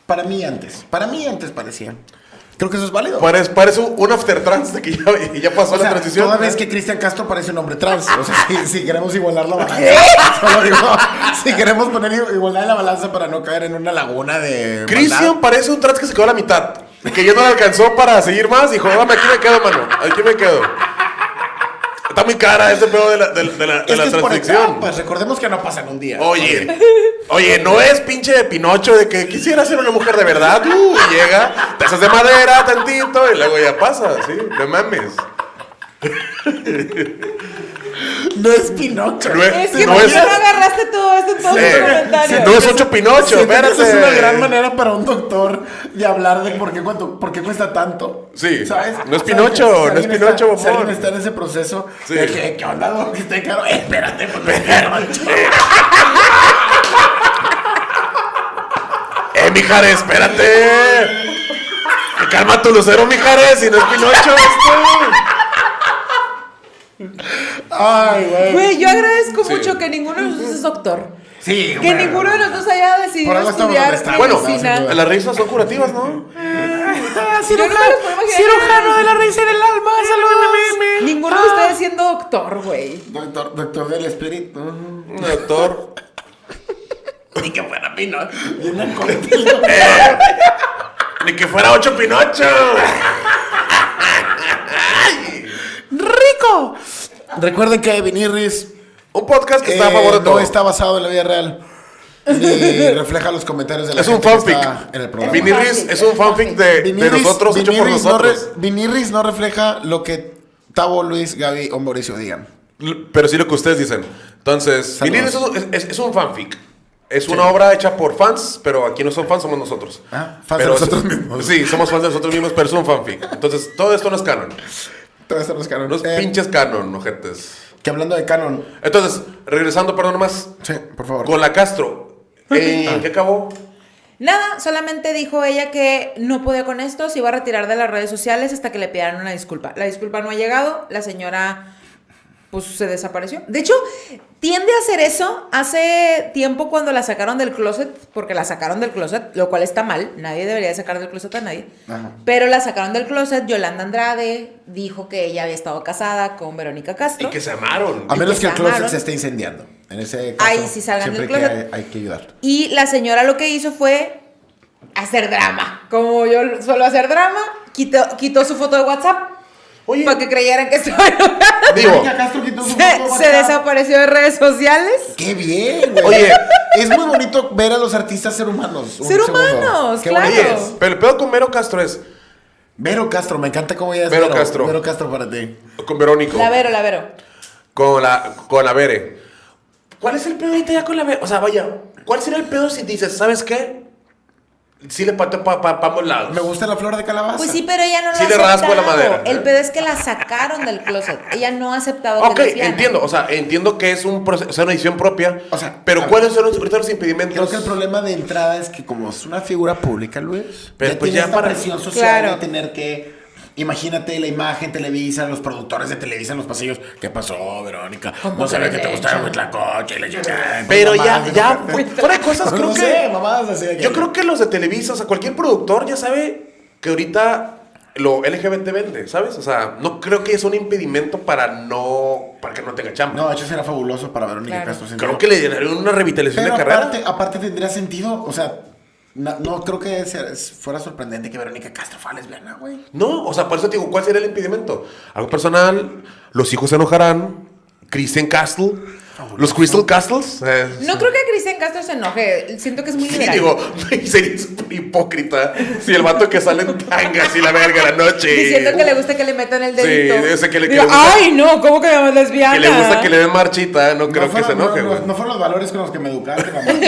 [SPEAKER 2] Para mí antes. Para mí antes parecía. Creo que eso es válido.
[SPEAKER 1] Parece, parece un after trans de que ya, ya pasó
[SPEAKER 2] O sea,
[SPEAKER 1] la transición.
[SPEAKER 2] Toda vez que Cristian Castro parece un hombre trans. O sea, si, si queremos igualar la balanza. Solo digo, si queremos poner i- igualdad en la balanza para no caer en una laguna de.
[SPEAKER 1] Cristian
[SPEAKER 2] maldad.
[SPEAKER 1] parece un trans que se quedó a la mitad. Que ya no le alcanzó para seguir más. Dijo, dame, aquí me quedo, mano. Aquí me quedo. Está muy cara ese pedo de la, de, de la, de
[SPEAKER 2] Es
[SPEAKER 1] la
[SPEAKER 2] que es por pues.
[SPEAKER 1] transición.
[SPEAKER 2] etapas. Recordemos que no pasa en un día.
[SPEAKER 1] Oye, oye, no es pinche de Pinocho de que quisiera ser una mujer de verdad. Uh, y llega, te haces de madera tantito y luego ya pasa, ¿sí? No mames.
[SPEAKER 2] No es Pinocho.
[SPEAKER 1] No es-
[SPEAKER 4] Es que
[SPEAKER 1] no
[SPEAKER 4] ¿por qué
[SPEAKER 1] es-
[SPEAKER 4] no agarraste todo esto en todos
[SPEAKER 1] Eh,
[SPEAKER 4] los comentarios?
[SPEAKER 1] no es ocho Pinocho,
[SPEAKER 2] Siento que esa
[SPEAKER 1] espérate.
[SPEAKER 2] es una gran manera para un doctor de hablar de por qué, cuánto- por qué cuesta tanto.
[SPEAKER 1] Sí.
[SPEAKER 2] ¿Sabes?
[SPEAKER 1] No es
[SPEAKER 2] ¿Sabes?
[SPEAKER 1] Pinocho,
[SPEAKER 2] Si
[SPEAKER 1] no es
[SPEAKER 2] alguien
[SPEAKER 1] Pinocho,
[SPEAKER 2] está-
[SPEAKER 1] bombón.
[SPEAKER 2] Si alguien está en ese proceso,
[SPEAKER 1] Sí.
[SPEAKER 2] de que, ¿qué onda, doc? Está caro. Eh, Espérate, porque es Pinocho.
[SPEAKER 1] ¡Eh, Mijares, espérate! Calma tu lucero, Mijares, si no es Pinocho este. esto.
[SPEAKER 2] Ay, güey.
[SPEAKER 4] Güey, yo agradezco
[SPEAKER 1] Sí.
[SPEAKER 4] mucho que ninguno de los dos es doctor.
[SPEAKER 2] Sí,
[SPEAKER 4] Que
[SPEAKER 2] güey.
[SPEAKER 4] ninguno de los dos haya decidido
[SPEAKER 2] Por algo estamos donde
[SPEAKER 4] estudiar medicina.
[SPEAKER 2] estamos,
[SPEAKER 1] Bueno,
[SPEAKER 2] no, sin duda.
[SPEAKER 1] las risas son curativas, ¿no?
[SPEAKER 4] cirujano- Yo no me lo puedo imaginar. cirujano de la
[SPEAKER 2] raíz del alma, saludos.
[SPEAKER 4] Ninguno de ustedes siendo doctor, güey.
[SPEAKER 2] Doctor, doctor del espíritu. Ujú.
[SPEAKER 1] Doctor.
[SPEAKER 2] Ni que fuera Pinocho. Bien
[SPEAKER 1] Ni que fuera ocho Pinocho.
[SPEAKER 2] ¡Rico! Recuerden que Vinirris
[SPEAKER 1] Un podcast que está a
[SPEAKER 2] eh,
[SPEAKER 1] favor de todo.
[SPEAKER 2] no está basado en la vida real. Ni refleja los comentarios de la
[SPEAKER 1] Es un
[SPEAKER 2] gente que
[SPEAKER 1] fanfic.
[SPEAKER 2] está en el programa.
[SPEAKER 4] Vinirris
[SPEAKER 1] Vinirris es un fanfic de, de
[SPEAKER 2] Vinirris-
[SPEAKER 1] nosotros, hecho por
[SPEAKER 2] Vinirris no re-
[SPEAKER 1] nosotros.
[SPEAKER 2] Vinirris no refleja lo que Tavo, Luis, Gaby o Mauricio digan.
[SPEAKER 1] L- Pero sí lo que ustedes dicen. Entonces,
[SPEAKER 2] Saludos.
[SPEAKER 1] Vinirris es, es- es un fanfic. Es una obra hecha por fans, pero aquí no son fans, somos nosotros.
[SPEAKER 2] Ah, fans de
[SPEAKER 1] Pero es-
[SPEAKER 2] nosotros mismos.
[SPEAKER 1] Sí, somos fans de nosotros mismos, pero es un fanfic. Entonces, todo esto no es canon.
[SPEAKER 2] Te vas a los canon.
[SPEAKER 1] No es
[SPEAKER 2] Eh,
[SPEAKER 1] pinches canon, ojetes.
[SPEAKER 2] Que hablando de canon.
[SPEAKER 1] Entonces, regresando, perdón más.
[SPEAKER 2] Sí, por Ah. favor.
[SPEAKER 1] Con la Castro. Eh, ¿En qué acabó?
[SPEAKER 4] Nada, solamente dijo ella que no podía con esto, se iba a retirar de las redes sociales hasta que le pidieran una disculpa. La disculpa no ha llegado, la señora pues se desapareció. De hecho, tiende a hacer eso hace tiempo cuando la sacaron del closet, porque la sacaron del closet, lo cual está mal, nadie debería sacar del closet a nadie.
[SPEAKER 2] Ajá.
[SPEAKER 4] Pero la sacaron del closet, Yolanda Andrade dijo que ella había estado casada con Verónica
[SPEAKER 1] Y
[SPEAKER 4] Castro.
[SPEAKER 1] que se amaron.
[SPEAKER 2] A
[SPEAKER 4] Y
[SPEAKER 2] menos
[SPEAKER 4] que
[SPEAKER 2] que el
[SPEAKER 4] se
[SPEAKER 2] closet
[SPEAKER 4] amaron.
[SPEAKER 2] se esté incendiando. En ese caso,
[SPEAKER 4] Ahí sí salgan
[SPEAKER 2] siempre
[SPEAKER 4] del
[SPEAKER 2] que hay,
[SPEAKER 4] closet.
[SPEAKER 2] hay que ayudar.
[SPEAKER 4] Y la señora lo que hizo fue hacer drama. Como yo suelo hacer drama, quitó, quitó su foto de WhatsApp
[SPEAKER 1] Oye,
[SPEAKER 4] para que creyeran que estaba enojada.
[SPEAKER 1] digo,
[SPEAKER 4] Se, se desapareció de redes sociales.
[SPEAKER 2] ¡Qué bien, güey!
[SPEAKER 1] Oye.
[SPEAKER 2] es muy bonito ver a los artistas ser humanos. un
[SPEAKER 4] Ser
[SPEAKER 2] segundo.
[SPEAKER 4] humanos,
[SPEAKER 2] Qué
[SPEAKER 4] claro.
[SPEAKER 2] bonito.
[SPEAKER 1] oye, pero el pedo con Vero Castro es.
[SPEAKER 2] Vero Castro, me encanta cómo ella es.
[SPEAKER 1] Vero Castro.
[SPEAKER 2] Vero Castro para ti.
[SPEAKER 1] Con Verónico.
[SPEAKER 4] La vero, la vero.
[SPEAKER 1] Con la, con la Vere. ¿Cuál es el pedo ahorita ya con la Vere? O sea, vaya, ¿cuál será el pedo si dices, ¿sabes qué? Sí le pateo para ambos lados.
[SPEAKER 2] Me gusta la flor de calabaza.
[SPEAKER 4] Pues sí, pero ella no lo
[SPEAKER 1] Sí
[SPEAKER 4] ha
[SPEAKER 1] le raspo
[SPEAKER 4] aceptado.
[SPEAKER 1] la madera.
[SPEAKER 4] El pedo es que la sacaron del closet. Ella no ha aceptado
[SPEAKER 1] Ok,
[SPEAKER 4] que es lesbiana.
[SPEAKER 1] entiendo, o sea, entiendo que es un proceso, o sea, una decisión propia.
[SPEAKER 2] O sea, a
[SPEAKER 1] pero
[SPEAKER 2] ver.
[SPEAKER 1] ¿cuáles son los, ahorita los impedimentos?
[SPEAKER 2] Creo que el problema de entrada es que como es una figura pública, Luis,
[SPEAKER 1] Pero
[SPEAKER 2] ya
[SPEAKER 1] pues
[SPEAKER 2] tiene
[SPEAKER 1] ya
[SPEAKER 2] esta
[SPEAKER 1] para-
[SPEAKER 2] presión social
[SPEAKER 4] Claro.
[SPEAKER 2] de tener que... Imagínate la imagen, Televisa, los productores de Televisa en los pasillos. ¿Qué pasó, Verónica? No sabía que te gustaba mucho la coche y la chingada.
[SPEAKER 1] Pero ya,
[SPEAKER 2] Mamadas,
[SPEAKER 1] ya,
[SPEAKER 2] ¿no?
[SPEAKER 1] güey, fuera de cosas, creo
[SPEAKER 2] No
[SPEAKER 1] que.
[SPEAKER 2] sé, mamadas así de que-
[SPEAKER 1] Yo creo que los de Televisa, o sea, cualquier productor ya sabe que ahorita lo LGBT vende, ¿sabes? O sea, no creo que es un impedimento para no, para que no tenga chamba.
[SPEAKER 2] No, de hecho será fabuloso para Verónica
[SPEAKER 4] Claro.
[SPEAKER 2] Castro. sin
[SPEAKER 1] creo
[SPEAKER 2] duda.
[SPEAKER 1] que le dieron una revitalización
[SPEAKER 2] Pero
[SPEAKER 1] de carrera.
[SPEAKER 2] aparte, aparte tendría sentido, o sea, na- no, creo que sea- fuera sorprendente que Verónica Castro fuera lesbiana, güey.
[SPEAKER 1] No, o sea, por eso te digo, ¿cuál sería el impedimento? Algo personal, los hijos se enojarán, Christian Castle, los Crystal Castles. eh,
[SPEAKER 4] No creo que Cristian Castro se enoje. Siento que es muy
[SPEAKER 1] Sí,
[SPEAKER 4] liberal.
[SPEAKER 1] digo, sería hipócrita si el vato que sale en tangas y la verga la noche.
[SPEAKER 4] Diciendo que le gusta que le metan el
[SPEAKER 1] eh, uh, Sí,
[SPEAKER 4] dedito.
[SPEAKER 1] yo sé que le- que
[SPEAKER 4] Digo,
[SPEAKER 1] le gusta-
[SPEAKER 4] Ay, no, ¿cómo que me lesbiana?
[SPEAKER 1] Que le gusta que le den marchita, no creo
[SPEAKER 2] No
[SPEAKER 1] que se
[SPEAKER 2] fueron- no-
[SPEAKER 1] enoje,
[SPEAKER 2] no-
[SPEAKER 1] güey.
[SPEAKER 2] No, fueron los valores con los que me educaste, mamá.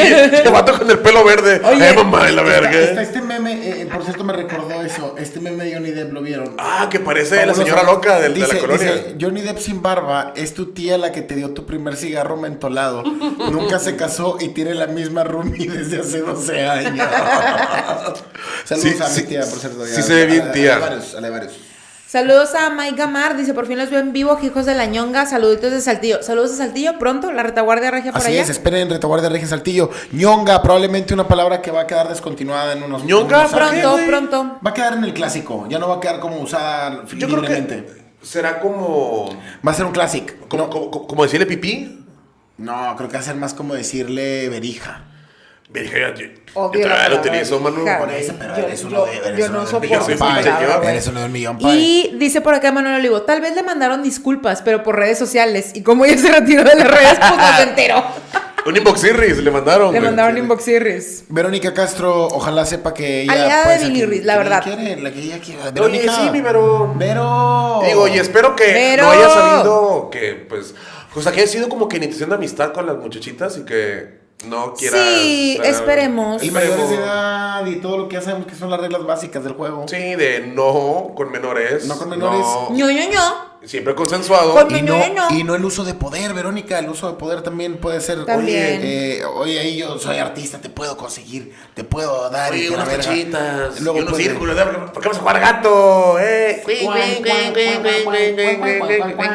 [SPEAKER 1] Te mato con el pelo verde.
[SPEAKER 4] Oye,
[SPEAKER 1] eh, mamá de la
[SPEAKER 2] Está- está
[SPEAKER 1] verga.
[SPEAKER 2] este meme, eh, eh, por cierto, me recordó eso. Este meme de Johnny Depp lo vieron.
[SPEAKER 1] Ah, que parece la
[SPEAKER 2] Fabuloso.
[SPEAKER 1] señora loca del- de,
[SPEAKER 2] Dice-
[SPEAKER 1] la colonia.
[SPEAKER 2] dice, Johnny Depp sin barba es tu tía la que te dio tu primer cigarro mentolado. Nunca se casó y tiene la misma roomie desde hace 12 años. Saludos
[SPEAKER 1] Sí,
[SPEAKER 2] a
[SPEAKER 1] sí,
[SPEAKER 2] mi tía, por cierto.
[SPEAKER 1] sí se ve bien
[SPEAKER 2] a- a-
[SPEAKER 1] tía.
[SPEAKER 2] A varios, a varios.
[SPEAKER 4] Saludos a Mike Gamar, dice, por fin los veo en vivo, hijos de la ñonga, saluditos de Saltillo. Saludos de Saltillo, pronto, la retaguardia regia por
[SPEAKER 2] Así
[SPEAKER 4] allá.
[SPEAKER 2] es, esperen retaguardia Regia Saltillo. Ñonga, probablemente una palabra que va a quedar descontinuada en unos
[SPEAKER 1] Ñonga,
[SPEAKER 2] unos años.
[SPEAKER 1] ¿por qué,
[SPEAKER 4] pronto,
[SPEAKER 1] güey?
[SPEAKER 4] pronto.
[SPEAKER 2] Va a quedar en el clásico, ya no va a quedar como usada
[SPEAKER 1] Yo creo
[SPEAKER 2] libremente.
[SPEAKER 1] que será como.
[SPEAKER 2] Va a ser un clásico.
[SPEAKER 1] Como, como- como- como decirle pipí.
[SPEAKER 2] No, creo que va a ser más como decirle verija.
[SPEAKER 1] Me dije, yo, yo- yo
[SPEAKER 4] Obvio la
[SPEAKER 1] todavía lo
[SPEAKER 4] palabra
[SPEAKER 1] utilizo, Manu.
[SPEAKER 4] hija.
[SPEAKER 2] Por eso, pero
[SPEAKER 4] Yo-
[SPEAKER 2] eres uno
[SPEAKER 4] yo-
[SPEAKER 2] de. eres
[SPEAKER 4] yo
[SPEAKER 2] uno
[SPEAKER 4] no
[SPEAKER 2] de-
[SPEAKER 4] soporto
[SPEAKER 1] esa
[SPEAKER 2] pai.
[SPEAKER 1] palabra, güey.
[SPEAKER 2] Eres uno de un millón, pai.
[SPEAKER 4] Y dice por acá Manuel Olivo, tal vez le mandaron disculpas, pero por redes sociales. Y como ella se retiró de las redes, pues no se enteró.
[SPEAKER 1] Un inbox series le mandaron.
[SPEAKER 4] le
[SPEAKER 1] güey.
[SPEAKER 4] mandaron inbox series.
[SPEAKER 2] Verónica Castro, ojalá sepa que ella.
[SPEAKER 4] Aliada
[SPEAKER 2] puede
[SPEAKER 4] de
[SPEAKER 2] ser
[SPEAKER 4] Billy
[SPEAKER 2] quien-
[SPEAKER 4] Reed, la
[SPEAKER 2] quien
[SPEAKER 4] verdad.
[SPEAKER 2] quiere, la que ella quiera.
[SPEAKER 1] Oye,
[SPEAKER 2] Verónica.
[SPEAKER 1] sí, mi Vero.
[SPEAKER 2] Vero.
[SPEAKER 1] Digo, y espero que
[SPEAKER 4] Vero.
[SPEAKER 1] no haya sabido que, pues, O sea, que ha sido como que iniciación de amistad con las muchachitas y que no quieras...
[SPEAKER 4] Sí,
[SPEAKER 1] eh,
[SPEAKER 4] esperemos.
[SPEAKER 2] Y
[SPEAKER 1] esperemos.
[SPEAKER 2] mayores de edad y todo lo que ya sabemos que son las reglas básicas del juego.
[SPEAKER 1] Sí, de no con menores.
[SPEAKER 2] No con menores.
[SPEAKER 4] ño, ño, ño.
[SPEAKER 1] Siempre consensuado.
[SPEAKER 4] Con-
[SPEAKER 2] Y
[SPEAKER 4] Pero
[SPEAKER 2] no,
[SPEAKER 4] bueno.
[SPEAKER 2] y no el uso de poder, Verónica. El uso de poder también puede ser.
[SPEAKER 4] También.
[SPEAKER 2] Oye, eh, oye, ahí yo soy artista, te puedo conseguir, te puedo dar.
[SPEAKER 1] Oye,
[SPEAKER 2] y que la
[SPEAKER 1] unas
[SPEAKER 2] verga.
[SPEAKER 1] cachitas.
[SPEAKER 2] Luego
[SPEAKER 1] y unos
[SPEAKER 2] puede-
[SPEAKER 1] círculos. ¿eh? ¿Por qué vamos a jugar gato? Eh.
[SPEAKER 4] Juan, Juan,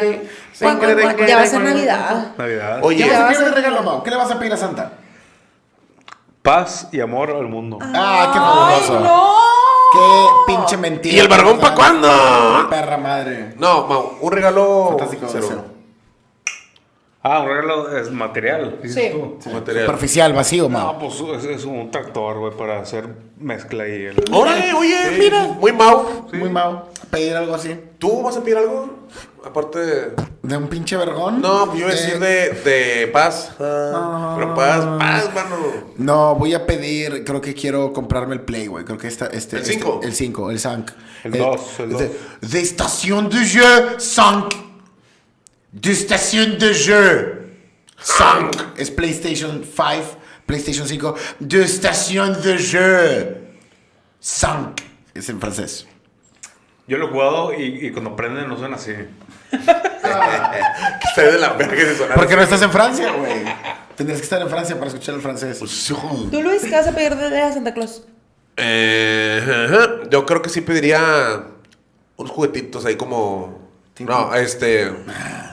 [SPEAKER 4] Juan, Ya va a ser Navidad.
[SPEAKER 3] Navidad.
[SPEAKER 2] ¿Qué
[SPEAKER 1] Oye,
[SPEAKER 2] vas a
[SPEAKER 4] Ya
[SPEAKER 2] pedir
[SPEAKER 4] vas
[SPEAKER 2] de
[SPEAKER 4] a-
[SPEAKER 2] regalo, Mau? ¿Qué le vas a pedir a Santa?
[SPEAKER 3] Paz y amor al mundo.
[SPEAKER 2] Ah, qué
[SPEAKER 4] ¡Ay,
[SPEAKER 2] fabuloso.
[SPEAKER 4] no!
[SPEAKER 2] Qué pinche mentira.
[SPEAKER 1] ¿y el barbón pa' cuándo?
[SPEAKER 2] Perra madre.
[SPEAKER 1] no, Mau, un regalo.
[SPEAKER 2] Fantástico.
[SPEAKER 1] cero.
[SPEAKER 2] cero.
[SPEAKER 3] Ah, un regalo es material,
[SPEAKER 4] Sí.
[SPEAKER 3] dices tú.
[SPEAKER 1] Su material.
[SPEAKER 2] Superficial, vacío, Mau.
[SPEAKER 3] Ah, pues es, es un tractor, güey, para hacer mezcla y el...
[SPEAKER 1] Órale, oye, mira. Muy Mau.
[SPEAKER 2] Muy Mau. Pedir algo así.
[SPEAKER 1] ¿Tú vas a pedir algo? Aparte de.
[SPEAKER 2] De un pinche vergón.
[SPEAKER 1] No, yo iba a decir
[SPEAKER 2] Eh,
[SPEAKER 1] de, de paz. Ah, Pero paz, paz, mano.
[SPEAKER 2] No, voy a pedir, creo que quiero comprarme el Play, güey. Creo que esta, este.
[SPEAKER 1] ¿El
[SPEAKER 2] este-
[SPEAKER 1] cinco?
[SPEAKER 2] el 5, el Sank.
[SPEAKER 3] El dos, el
[SPEAKER 2] de,
[SPEAKER 3] dos.
[SPEAKER 2] de estación de jeu, Sank. De estación de jeu, Sank. Es PlayStation 5, PlayStation 5. De estación de jeu, Sank. Es en francés.
[SPEAKER 3] Yo lo he jugado y, y cuando prenden no suena así.
[SPEAKER 1] Está de la verga de sonar.
[SPEAKER 2] Porque no estás en Francia, güey. Tendrías que estar en Francia para escuchar el francés.
[SPEAKER 1] Pues
[SPEAKER 4] ¿Tú, Luis, qué vas a pedir de de a Santa Claus?
[SPEAKER 1] Eh, ajá. yo creo que sí pediría unos juguetitos ahí como. No, este.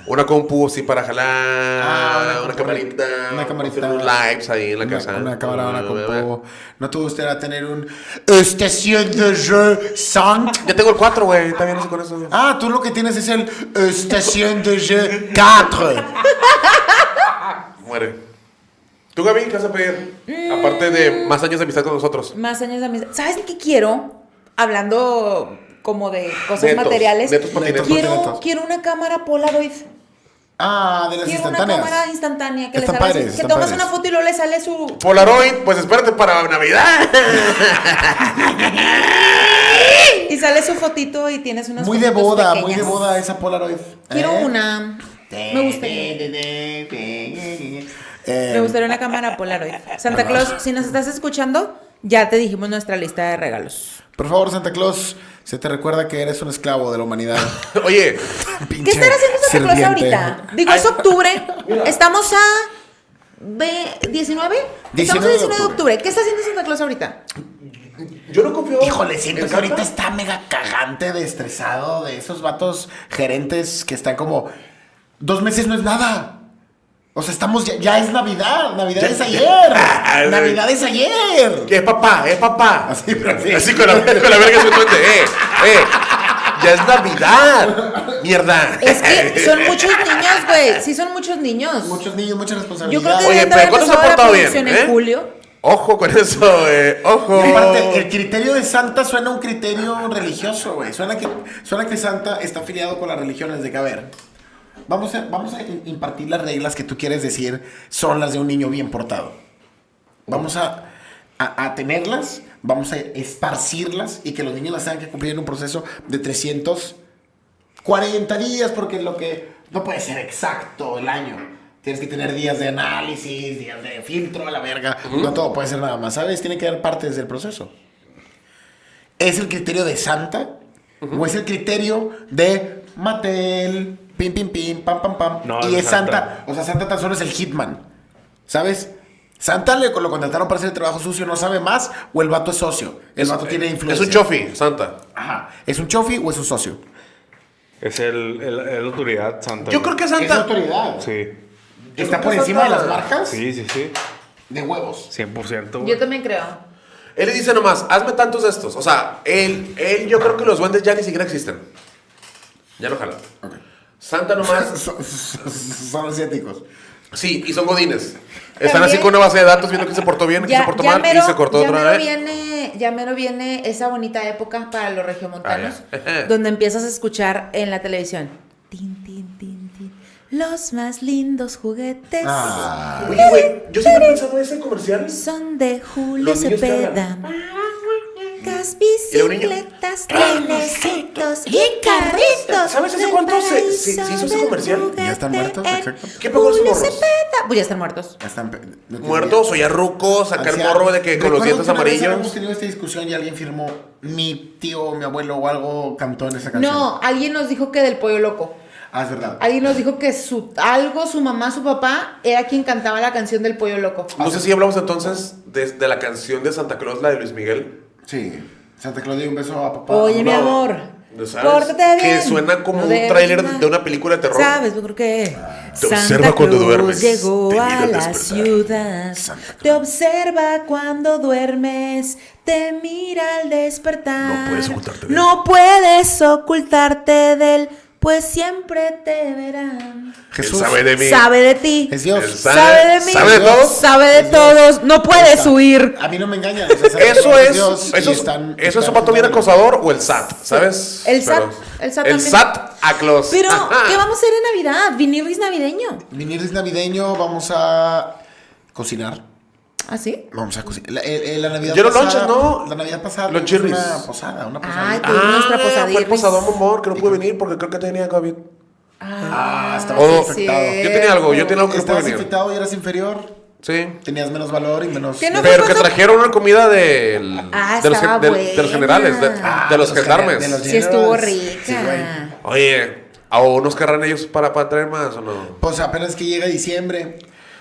[SPEAKER 1] Una compu así para jalar.
[SPEAKER 2] Ah,
[SPEAKER 1] una,
[SPEAKER 2] compu-
[SPEAKER 1] camarita.
[SPEAKER 2] Una camarita.
[SPEAKER 1] hacer Unos lives ahí en la
[SPEAKER 2] Una-
[SPEAKER 1] casa.
[SPEAKER 2] Una cámara, una
[SPEAKER 1] compu.
[SPEAKER 2] compu. ¿No te gustaría tener un Estación de Jeu Sank?
[SPEAKER 1] Yo tengo el 4, güey. Está bien así con eso.
[SPEAKER 2] Ah, tú lo que tienes es el "Este Estación de Jeu 4.
[SPEAKER 1] Muere. ¿Tú, Gaby, qué vas a pedir?
[SPEAKER 4] Mm.
[SPEAKER 1] Aparte de más años de amistad con nosotros.
[SPEAKER 4] Más años de amistad. ¿Sabes qué quiero? Hablando como de cosas
[SPEAKER 1] Netos,
[SPEAKER 4] materiales.
[SPEAKER 1] netos patinetos.
[SPEAKER 4] quiero,
[SPEAKER 2] Patinetos.
[SPEAKER 4] quiero una cámara Polaroid.
[SPEAKER 2] Ah, de las
[SPEAKER 4] Quiero una
[SPEAKER 2] instantáneas.
[SPEAKER 4] cámara instantánea que le
[SPEAKER 2] Están
[SPEAKER 4] salga así,
[SPEAKER 2] padres,
[SPEAKER 4] Que
[SPEAKER 2] están
[SPEAKER 4] tomas
[SPEAKER 2] padres.
[SPEAKER 4] una foto y luego le sale su.
[SPEAKER 1] Polaroid, pues espérate para Navidad.
[SPEAKER 4] Y sale su fotito y tienes unas
[SPEAKER 2] Muy de
[SPEAKER 4] fotitos
[SPEAKER 2] boda, muy de
[SPEAKER 4] pequeñas.
[SPEAKER 2] boda esa Polaroid.
[SPEAKER 4] Quiero
[SPEAKER 2] ¿Eh?
[SPEAKER 4] una. Me gustaría.
[SPEAKER 2] Eh,
[SPEAKER 4] Me gustaría una cámara Polaroid. Santa Claus, si nos estás escuchando, ya te dijimos nuestra lista de regalos.
[SPEAKER 2] Por favor, Santa Claus, se te recuerda que eres un esclavo de la humanidad.
[SPEAKER 1] Oye,
[SPEAKER 4] ¿Qué estará haciendo Santa Claus ahorita? Digo, es octubre. Estamos a. ve- ¿19? Estamos a
[SPEAKER 2] 19 de
[SPEAKER 4] 19 de octubre.
[SPEAKER 2] octubre.
[SPEAKER 4] ¿Qué está haciendo Santa Claus ahorita?
[SPEAKER 1] yo no confío.
[SPEAKER 2] Híjole, siento
[SPEAKER 1] en
[SPEAKER 2] que ahorita
[SPEAKER 1] Santa.
[SPEAKER 2] está mega cagante de estresado de esos vatos gerentes que están como, dos meses no es nada. O sea, estamos ya, ya es Navidad, Navidad
[SPEAKER 1] Ya-
[SPEAKER 2] es
[SPEAKER 1] ya-
[SPEAKER 2] ayer,
[SPEAKER 1] Ah, ah,
[SPEAKER 2] Navidad es ayer.
[SPEAKER 1] Es papá, es papá.
[SPEAKER 2] Así, pero sí.
[SPEAKER 1] Así con la, con la verga en su puente. Eh, eh. Ya es Navidad. Mierda.
[SPEAKER 4] Es que son muchos niños, güey. Sí, son muchos niños.
[SPEAKER 2] Muchos niños, mucha
[SPEAKER 4] Yo
[SPEAKER 2] responsabilidad.
[SPEAKER 4] creo que
[SPEAKER 1] Oye,
[SPEAKER 4] deben de
[SPEAKER 1] pero
[SPEAKER 4] haber
[SPEAKER 1] ¿cuándo se ha
[SPEAKER 4] empezado la
[SPEAKER 1] portado bien,
[SPEAKER 4] producción
[SPEAKER 1] eh?
[SPEAKER 4] en julio.
[SPEAKER 1] Ojo con eso, eh. Ojo.
[SPEAKER 2] Y aparte, el criterio de Santa suena a un criterio religioso, güey. Suena que, suena que Santa está afiliado con las religiones de que, a ver, vamos a, vamos a in- impartir las reglas que tú quieres decir son las de un niño bien portado. Vamos a, a- a tenerlas, vamos a esparcirlas y que los niños las tengan que cumplir en un proceso de 340 días, porque lo que no puede ser exacto el año. Tienes que tener días de análisis, días de filtro a la verga. No todo puede ser nada más, ¿sabes? Tiene que dar partes del proceso. ¿Es el criterio de Santa? ¿O es el criterio de Mattel? Pim, pim, pim, pam, pam, pam.
[SPEAKER 3] No, es
[SPEAKER 2] y
[SPEAKER 3] de
[SPEAKER 2] es Santa.
[SPEAKER 3] Santa.
[SPEAKER 2] O sea, Santa tan solo es el Hitman. ¿Sabes? Santa le lo contrataron para hacer el trabajo sucio, no sabe más, o el vato es socio. El vato tiene
[SPEAKER 1] Es
[SPEAKER 2] influencia.
[SPEAKER 1] un chofi, Santa.
[SPEAKER 2] Ajá. ¿Es un chofi o es un socio?
[SPEAKER 3] Es el, el, el autoridad santa.
[SPEAKER 1] Yo creo que
[SPEAKER 2] Es la
[SPEAKER 1] Santa.
[SPEAKER 2] autoridad.
[SPEAKER 3] Sí,
[SPEAKER 2] ¿Está
[SPEAKER 1] Yo creo
[SPEAKER 2] por
[SPEAKER 1] que
[SPEAKER 2] encima de
[SPEAKER 1] Santa-
[SPEAKER 2] las marcas?
[SPEAKER 3] sí, sí, sí.
[SPEAKER 2] De huevos.
[SPEAKER 3] 100%. güey.
[SPEAKER 4] también creo.
[SPEAKER 1] Él le dice nomás, hazme tantos de estos. O sea, él, él, yo creo que los duendes ya ni siquiera existen. Ya no jala. Santa nomás.
[SPEAKER 2] Son, son asiáticos.
[SPEAKER 1] Sí, y son godines. Están así
[SPEAKER 4] También-
[SPEAKER 1] con una base de datos viendo que se portó bien, que se portó mal y se cortó
[SPEAKER 4] ya
[SPEAKER 1] otra
[SPEAKER 4] mero
[SPEAKER 1] vez.
[SPEAKER 4] Viene, ya mero viene esa bonita época para los regiomontanos,
[SPEAKER 1] Ah, ya.
[SPEAKER 4] donde empiezas a escuchar en la televisión. Tin, tin, tin, tin. Los más lindos juguetes
[SPEAKER 2] Ah.
[SPEAKER 1] Oye, güey, yo siempre he pensado ese comercial.
[SPEAKER 4] son de Julio
[SPEAKER 1] Los niños que
[SPEAKER 4] Cepeda.
[SPEAKER 6] Muñecas,
[SPEAKER 1] ¿Y era un niño? Ah,
[SPEAKER 6] bicicletas, trenecitos y carritos.
[SPEAKER 1] ¿Sabes hace
[SPEAKER 6] Del
[SPEAKER 1] cuánto se-
[SPEAKER 6] paraíso
[SPEAKER 1] se- se hizo ese
[SPEAKER 6] del
[SPEAKER 1] comercial?
[SPEAKER 6] juguete
[SPEAKER 5] ¿Ya están muertos?
[SPEAKER 6] en
[SPEAKER 5] Exacto.
[SPEAKER 1] ¿Qué pegó esos
[SPEAKER 6] Julio
[SPEAKER 1] morros?
[SPEAKER 6] Cepeda.
[SPEAKER 4] Pues ya están muertos.
[SPEAKER 5] Ya están. pe- no tienen
[SPEAKER 1] Muertos o ya rucos,
[SPEAKER 2] Acá
[SPEAKER 1] sacar morro de que con los dientes
[SPEAKER 2] Hemos
[SPEAKER 1] amarillos.
[SPEAKER 2] tenido esta discusión y alguien firmó mi tío, mi abuelo o algo cantó en esa canción.
[SPEAKER 4] No, alguien nos dijo que del pollo loco.
[SPEAKER 2] Ah, es verdad.
[SPEAKER 4] Alguien nos dijo que su algo, su mamá, su papá, era quien cantaba la canción del pollo loco.
[SPEAKER 1] No sé si hablamos entonces de, de la canción de Santa Claus, la de Luis Miguel.
[SPEAKER 2] Sí. Santa Claudia, un beso a papá.
[SPEAKER 4] Oye, mi
[SPEAKER 1] Ah, No.
[SPEAKER 4] amor.
[SPEAKER 1] ¿No sabes?
[SPEAKER 4] Pórtate bien.
[SPEAKER 1] Que suena como
[SPEAKER 4] No
[SPEAKER 1] un
[SPEAKER 4] debes
[SPEAKER 1] tráiler
[SPEAKER 4] nada.
[SPEAKER 1] de una película de terror.
[SPEAKER 6] ¿Sabes por qué?
[SPEAKER 1] Te observa cuando duermes,
[SPEAKER 6] llegó
[SPEAKER 1] te mira
[SPEAKER 6] a
[SPEAKER 1] al
[SPEAKER 6] la
[SPEAKER 1] despertar.
[SPEAKER 6] ciudad.
[SPEAKER 5] Santa Claus.
[SPEAKER 6] Te observa cuando duermes. Te mira al despertar.
[SPEAKER 1] No puedes ocultarte de él.
[SPEAKER 6] No puedes ocultarte de él, pues siempre te verán.
[SPEAKER 1] Él sabe de mí.
[SPEAKER 6] Sabe de ti.
[SPEAKER 2] Es
[SPEAKER 1] Él
[SPEAKER 2] Dios.
[SPEAKER 1] sabe,
[SPEAKER 6] Sabe de mí.
[SPEAKER 1] sabe de
[SPEAKER 2] Dios.
[SPEAKER 1] todo.
[SPEAKER 6] Sabe de
[SPEAKER 2] Dios.
[SPEAKER 6] todos. No puedes
[SPEAKER 2] Está.
[SPEAKER 6] huir.
[SPEAKER 2] A mí no me engañan. o sea, Santa
[SPEAKER 1] Eso
[SPEAKER 2] Claus
[SPEAKER 1] es,
[SPEAKER 2] Dios y
[SPEAKER 1] eso es,
[SPEAKER 2] están-
[SPEAKER 1] eso es un
[SPEAKER 2] están-
[SPEAKER 1] vato bien acosador o el SAT, ¿sabes?
[SPEAKER 4] El SAT,
[SPEAKER 1] el
[SPEAKER 4] el
[SPEAKER 1] SAT,
[SPEAKER 4] SAT
[SPEAKER 1] el
[SPEAKER 4] también.
[SPEAKER 1] SAT a Claus.
[SPEAKER 4] Pero,
[SPEAKER 1] Ajá.
[SPEAKER 4] ¿qué vamos a hacer en Navidad? Vinilis navideño.
[SPEAKER 2] Vinir es navideño, vamos a cocinar.
[SPEAKER 4] ¿Ah, sí?
[SPEAKER 2] Vamos a cocinar. La, eh, eh, la Navidad
[SPEAKER 1] Ya no
[SPEAKER 2] pasada.
[SPEAKER 1] lonches, ¿no?
[SPEAKER 2] La Navidad pasada.
[SPEAKER 1] Los
[SPEAKER 2] tuvimos
[SPEAKER 1] chirris.
[SPEAKER 2] Una posada, una posada.
[SPEAKER 4] Ay, tuvimos nuestra
[SPEAKER 1] Ah, fue el
[SPEAKER 4] posadirris.
[SPEAKER 1] posadón, amor, que no pude venir porque creo que tenía COVID.
[SPEAKER 2] Ah, estabas
[SPEAKER 1] O-
[SPEAKER 2] infectado.
[SPEAKER 1] Yo tenía algo, yo tenía algo que no pude
[SPEAKER 2] Estabas
[SPEAKER 1] venir.
[SPEAKER 2] infectado y eras inferior.
[SPEAKER 1] Sí.
[SPEAKER 2] Tenías menos valor y menos.
[SPEAKER 4] ¿Qué no
[SPEAKER 1] Pero
[SPEAKER 4] fue
[SPEAKER 1] que
[SPEAKER 4] cosa-
[SPEAKER 1] trajeron una comida del,
[SPEAKER 4] Ah,
[SPEAKER 1] de, los, gen-
[SPEAKER 4] estaba
[SPEAKER 1] del- de los
[SPEAKER 4] buena.
[SPEAKER 1] generales, de,
[SPEAKER 2] Ah,
[SPEAKER 1] de los gendarmes.
[SPEAKER 2] de los
[SPEAKER 4] Sí estuvo
[SPEAKER 2] generals.
[SPEAKER 4] rica.
[SPEAKER 2] Sí, güey.
[SPEAKER 1] Oye, ¿aún nos querrán ellos para, para traer más o no?
[SPEAKER 2] Pues apenas que llega diciembre.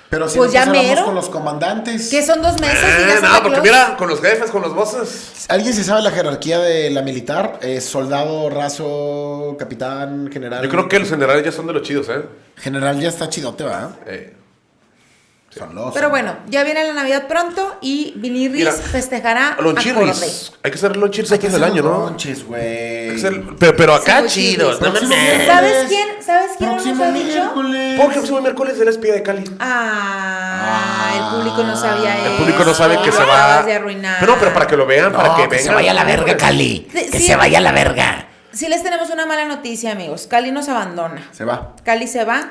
[SPEAKER 2] Pero si
[SPEAKER 4] Pues
[SPEAKER 2] nos
[SPEAKER 4] ya
[SPEAKER 2] pasáramos
[SPEAKER 4] mero.
[SPEAKER 2] con los comandantes.
[SPEAKER 4] que son dos meses y
[SPEAKER 1] Eh,
[SPEAKER 4] ya
[SPEAKER 1] no,
[SPEAKER 4] Santa
[SPEAKER 1] porque
[SPEAKER 4] Claus?
[SPEAKER 1] mira, con los jefes, con los voces.
[SPEAKER 2] ¿Alguien se sabe la jerarquía de la militar? Eh, soldado, raso, capitán, general.
[SPEAKER 1] Yo creo que los generales ya son de los chidos, ¿eh?
[SPEAKER 2] General ya está chidote, ¿verdad?
[SPEAKER 1] Eh,
[SPEAKER 2] Son los.
[SPEAKER 4] Pero bueno, ya viene la Navidad pronto y
[SPEAKER 1] Mira,
[SPEAKER 4] Vinilis festejará
[SPEAKER 1] lonchirris. Hay que hacer lonchirris
[SPEAKER 2] Hay que
[SPEAKER 1] antes del
[SPEAKER 2] hacer
[SPEAKER 1] año,
[SPEAKER 2] los
[SPEAKER 1] ¿no?
[SPEAKER 2] lonches,
[SPEAKER 1] Hay
[SPEAKER 2] güey.
[SPEAKER 1] que hacer- Pero, pero acá
[SPEAKER 4] Sí,
[SPEAKER 1] chidos, no
[SPEAKER 2] Próximo
[SPEAKER 1] mames.
[SPEAKER 4] ¿Sabes
[SPEAKER 2] miércoles.
[SPEAKER 4] quién- sabes quién no nos
[SPEAKER 2] Próximo
[SPEAKER 4] ha dicho?
[SPEAKER 2] miércoles.
[SPEAKER 1] Porque el próximo miércoles él es Pía de Cali.
[SPEAKER 4] Ah, el público no sabía eso.
[SPEAKER 1] El público no sabe que
[SPEAKER 4] Lo
[SPEAKER 1] se va.
[SPEAKER 4] acabas de arruinar.
[SPEAKER 1] Pero no, pero para que lo vean, para que,
[SPEAKER 7] que
[SPEAKER 1] vengan.
[SPEAKER 7] se vaya a la verga, Cali.
[SPEAKER 4] Sí,
[SPEAKER 7] Que
[SPEAKER 4] sí.
[SPEAKER 7] se vaya a la verga.
[SPEAKER 4] Sí les tenemos una mala noticia, amigos. Cali nos abandona.
[SPEAKER 2] Se va.
[SPEAKER 4] Cali se va,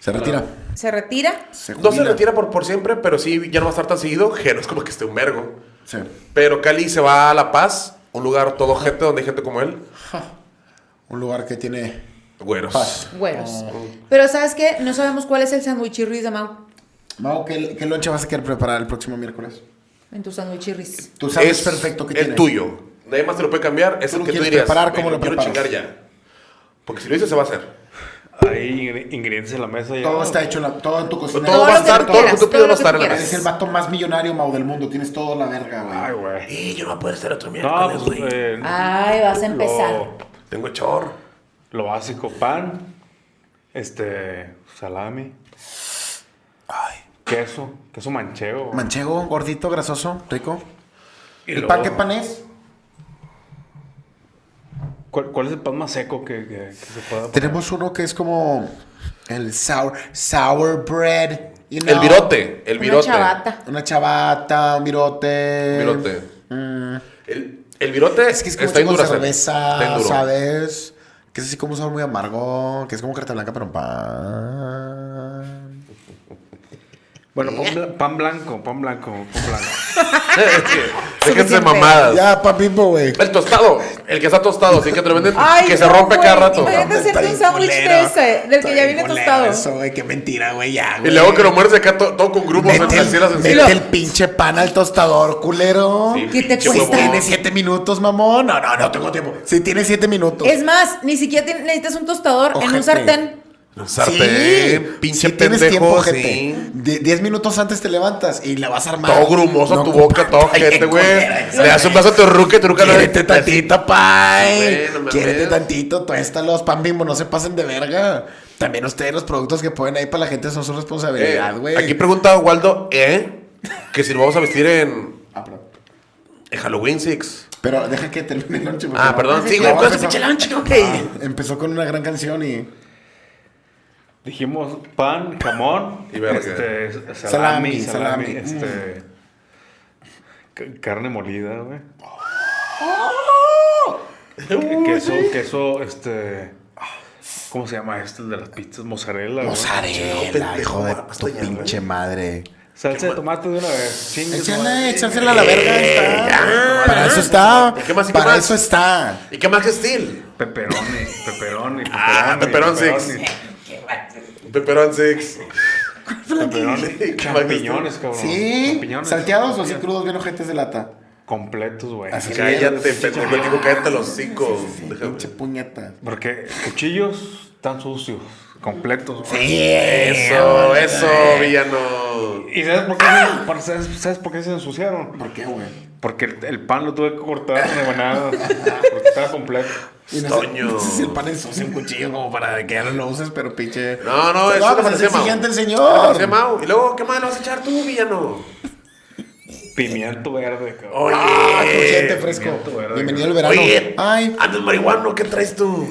[SPEAKER 2] Se retira.
[SPEAKER 4] se retira.
[SPEAKER 1] Ah. No se
[SPEAKER 2] jubila.
[SPEAKER 1] retira por, por siempre, pero sí ya no va a estar tan seguido. Que no es como que esté un vergo.
[SPEAKER 2] Sí.
[SPEAKER 1] Pero Cali se va a La Paz, un lugar todo gente donde hay gente como él.
[SPEAKER 2] Un lugar que tiene.
[SPEAKER 1] Güeros.
[SPEAKER 2] Paz.
[SPEAKER 4] Güeros.
[SPEAKER 1] Oh.
[SPEAKER 4] Pero ¿sabes qué? No sabemos cuál es el sandwichirris de Mau.
[SPEAKER 2] Mau, ¿qué, qué lonche vas a querer preparar el próximo miércoles?
[SPEAKER 4] En tu sandwichirris.
[SPEAKER 2] Tú sabes
[SPEAKER 1] Es
[SPEAKER 2] perfecto que
[SPEAKER 1] El
[SPEAKER 2] tiene.
[SPEAKER 1] tuyo. Nadie más te lo puede cambiar. Es
[SPEAKER 2] Tú
[SPEAKER 1] el
[SPEAKER 2] lo
[SPEAKER 1] que tú
[SPEAKER 2] quieres
[SPEAKER 1] dirías.
[SPEAKER 2] preparar,
[SPEAKER 1] "Güey,
[SPEAKER 2] ¿cómo lo
[SPEAKER 1] quiero
[SPEAKER 2] preparas?"
[SPEAKER 1] chingar ya. Porque si lo dices, se va a hacer.
[SPEAKER 3] Hay ingre- ingredientes en la mesa ya.
[SPEAKER 2] Todo está hecho, en la- todo en tu cocina.
[SPEAKER 1] Todo,
[SPEAKER 4] lo
[SPEAKER 1] va a
[SPEAKER 4] que
[SPEAKER 1] estar,
[SPEAKER 4] tú
[SPEAKER 1] todo lo que
[SPEAKER 4] quieras,
[SPEAKER 1] tú
[SPEAKER 4] todo
[SPEAKER 1] pidas va a
[SPEAKER 4] lo que
[SPEAKER 1] estar
[SPEAKER 4] tú
[SPEAKER 1] en la
[SPEAKER 4] quieras.
[SPEAKER 2] Eres el vato más millonario, Mau, del mundo. Tienes toda la verga, güey.
[SPEAKER 3] Ay, güey.
[SPEAKER 1] Y yo no puedo estar otro
[SPEAKER 3] No,
[SPEAKER 1] miércoles,
[SPEAKER 3] pues,
[SPEAKER 1] güey.
[SPEAKER 3] eh,
[SPEAKER 4] Ay, vas a Ah, empezar.
[SPEAKER 3] lo,
[SPEAKER 1] Tengo chor.
[SPEAKER 3] lo básico, pan, este, salami, queso, queso manchego. güey.
[SPEAKER 2] Manchego, gordito, grasoso, rico.
[SPEAKER 3] Y
[SPEAKER 2] ¿El
[SPEAKER 3] luego,
[SPEAKER 2] pan qué pan es?
[SPEAKER 3] ¿Cuál, cuál es el pan más seco que, que- que se pueda poner?
[SPEAKER 2] Tenemos uno que es como el sour, sour bread. you know.
[SPEAKER 1] El virote. El
[SPEAKER 4] Una
[SPEAKER 1] virote.
[SPEAKER 4] chavata.
[SPEAKER 2] Una chabata, un virote.
[SPEAKER 1] Virote. El, el virote
[SPEAKER 2] Mm. Es que es como
[SPEAKER 1] está en
[SPEAKER 2] con
[SPEAKER 1] Duracell. Está en
[SPEAKER 2] cerveza,
[SPEAKER 1] duro.
[SPEAKER 2] ¿sabes? Que es así como un sabor muy amargo, que es como carta blanca, pero en pan.
[SPEAKER 3] Bueno, pan, bla- pan blanco, pan blanco, pan blanco.
[SPEAKER 1] Sí, Déjense
[SPEAKER 4] Suficiente.
[SPEAKER 1] mamadas.
[SPEAKER 2] Ya, papimbo, güey.
[SPEAKER 1] El tostado, el que está tostado, así que te lo venden,
[SPEAKER 4] Ay,
[SPEAKER 1] que se
[SPEAKER 4] no,
[SPEAKER 1] rompe
[SPEAKER 4] güey,
[SPEAKER 1] cada rato.
[SPEAKER 4] imagínate hacerte un sándwich de ese, del que ya viene tostado.
[SPEAKER 2] Eso, güey, qué mentira, güey, ya,
[SPEAKER 1] Y
[SPEAKER 2] güey.
[SPEAKER 1] luego que lo mueres acá to- todo con grumos en
[SPEAKER 2] Mete
[SPEAKER 1] las
[SPEAKER 2] el,
[SPEAKER 1] encías.
[SPEAKER 2] mete el pinche pan al tostador, culero.
[SPEAKER 1] Sí,
[SPEAKER 4] ¿Qué te
[SPEAKER 1] pinche
[SPEAKER 4] cuesta?
[SPEAKER 1] huevón.
[SPEAKER 2] Tiene siete minutos, mamón. No, no, no tengo tiempo. Si tiene siete minutos.
[SPEAKER 4] Es más, ni siquiera te- necesitas un tostador en
[SPEAKER 2] Ojete.
[SPEAKER 4] un sartén.
[SPEAKER 1] Un sartén,
[SPEAKER 2] Sí,
[SPEAKER 1] pinche
[SPEAKER 2] si tienes tiempo,
[SPEAKER 1] pendejo,
[SPEAKER 2] ojete.
[SPEAKER 1] sí.
[SPEAKER 2] Die- diez minutos antes te levantas y la vas a armar.
[SPEAKER 1] Todo grumoso
[SPEAKER 2] No
[SPEAKER 1] tu
[SPEAKER 2] ocupa-
[SPEAKER 1] boca, todo
[SPEAKER 2] Ay, qué
[SPEAKER 1] gente, güey.
[SPEAKER 2] culera esa,
[SPEAKER 1] Le das un
[SPEAKER 2] güey.
[SPEAKER 1] vaso a tu ruque, tu ruca
[SPEAKER 2] Quiérete tantito, pay.
[SPEAKER 1] Bueno, mames.
[SPEAKER 2] Quiérete tantito, tuéstalos, pan bimbo, no se pasen de verga. También ustedes los productos que ponen ahí para la gente son su responsabilidad, güey.
[SPEAKER 1] Eh, Aquí pregunta Waldo, ¿eh? Que si lo vamos a vestir en,
[SPEAKER 2] Ah, perdón.
[SPEAKER 1] en Halloween Six.
[SPEAKER 2] Pero deja que termine el lunch. porque
[SPEAKER 1] Ah,
[SPEAKER 2] no-
[SPEAKER 1] perdón, sí,
[SPEAKER 2] no,
[SPEAKER 1] güey, ¿cuál es el
[SPEAKER 2] empezó-
[SPEAKER 1] pinche lunch? Ok.
[SPEAKER 2] Ah, empezó con una gran canción y...
[SPEAKER 3] Dijimos pan, jamón,
[SPEAKER 1] Y verga.
[SPEAKER 3] este,
[SPEAKER 2] Salami,
[SPEAKER 3] salami, salami,
[SPEAKER 2] salami,
[SPEAKER 3] este, ca- carne molida, güey.
[SPEAKER 1] ¡Ah!
[SPEAKER 3] Que- queso, queso, este, ¿cómo se llama este el de las pizzas? Mozzarella, güey.
[SPEAKER 2] Mozzarella, hijo de tu pinche madre.
[SPEAKER 8] Salsa de tomate de una vez. Chingue su
[SPEAKER 2] Échenle,
[SPEAKER 8] madre.
[SPEAKER 2] échensela a la verga. está.
[SPEAKER 1] Eh, ya.
[SPEAKER 2] eh, Para eso está.
[SPEAKER 1] ¿Y qué más, y qué
[SPEAKER 2] Para
[SPEAKER 1] más?
[SPEAKER 2] eso está.
[SPEAKER 1] Ah. ¿Y qué más que Steel?
[SPEAKER 3] Peperoni, peperoni, peperoni.
[SPEAKER 1] Ah, peperón six.
[SPEAKER 2] Eh,
[SPEAKER 1] Pepperón Six.
[SPEAKER 3] Peperoni. Champiñones, cabrón.
[SPEAKER 2] Sí.
[SPEAKER 3] Champiñones.
[SPEAKER 2] Salteados o así crudos, bien ojetes de lata.
[SPEAKER 3] Completos, güey.
[SPEAKER 2] Así que ya
[SPEAKER 1] Cállate, pendejo. Digo, cállate los cinco. Déjame.
[SPEAKER 2] Pinche puñeta.
[SPEAKER 3] Porque cuchillos están sucios. Completos, güey.
[SPEAKER 1] Eso, eso, villano.
[SPEAKER 3] ¿Y sabes por qué, por- sabes, sabes por qué se ensuciaron?
[SPEAKER 2] ¿Por qué, güey?
[SPEAKER 3] Porque el, el pan lo tuve que cortar en rebanadas. porque estaba completo.
[SPEAKER 2] Y no sé-
[SPEAKER 1] Toño.
[SPEAKER 2] No sé si el pan es un cuchillo como para que ya no lo uses, pero pinche.
[SPEAKER 1] No, no, eso
[SPEAKER 2] no,
[SPEAKER 1] no
[SPEAKER 2] como
[SPEAKER 1] se
[SPEAKER 2] es
[SPEAKER 1] hace, Mau.
[SPEAKER 2] exigente el
[SPEAKER 1] Ah, se
[SPEAKER 2] señor.
[SPEAKER 1] llama- Y luego, ¿qué más le vas a echar tú, villano?
[SPEAKER 3] Pimiento verde, cabrón.
[SPEAKER 1] Oye.
[SPEAKER 2] Ah, crujiente, fresco.
[SPEAKER 3] Miento, ¿verdad?
[SPEAKER 2] Bienvenido al verano.
[SPEAKER 1] Eh, Oye.
[SPEAKER 2] Ay,
[SPEAKER 1] Andas marihuano, ¿qué traes tú?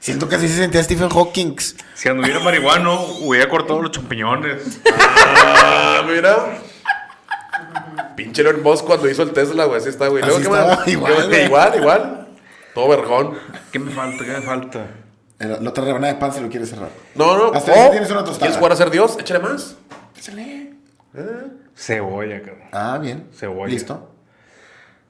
[SPEAKER 2] siento que así se sentía Stephen Hawking.
[SPEAKER 3] Si anduviera marihuano, hubiera cortado los champiñones.
[SPEAKER 1] Ah, mira. Pinche Elon Musk cuando hizo el Tesla, güey. Así está, güey. Luego,
[SPEAKER 2] Así
[SPEAKER 1] ¿qué más?
[SPEAKER 2] estaba,
[SPEAKER 1] ¿Qué
[SPEAKER 2] igual,
[SPEAKER 1] más?
[SPEAKER 2] güey.
[SPEAKER 1] igual, igual. Todo vergón.
[SPEAKER 3] ¿Qué me falta? ¿Qué me falta?
[SPEAKER 2] La la otra rebanada de pan se lo quiere cerrar.
[SPEAKER 1] No, no.
[SPEAKER 2] Hasta
[SPEAKER 1] o,
[SPEAKER 2] ahí tienes una tostada.
[SPEAKER 1] ¿Quieres jugar a ser Dios? Échale más.
[SPEAKER 3] Cebolla, cabrón.
[SPEAKER 2] Ah, bien.
[SPEAKER 3] Cebolla.
[SPEAKER 2] Listo.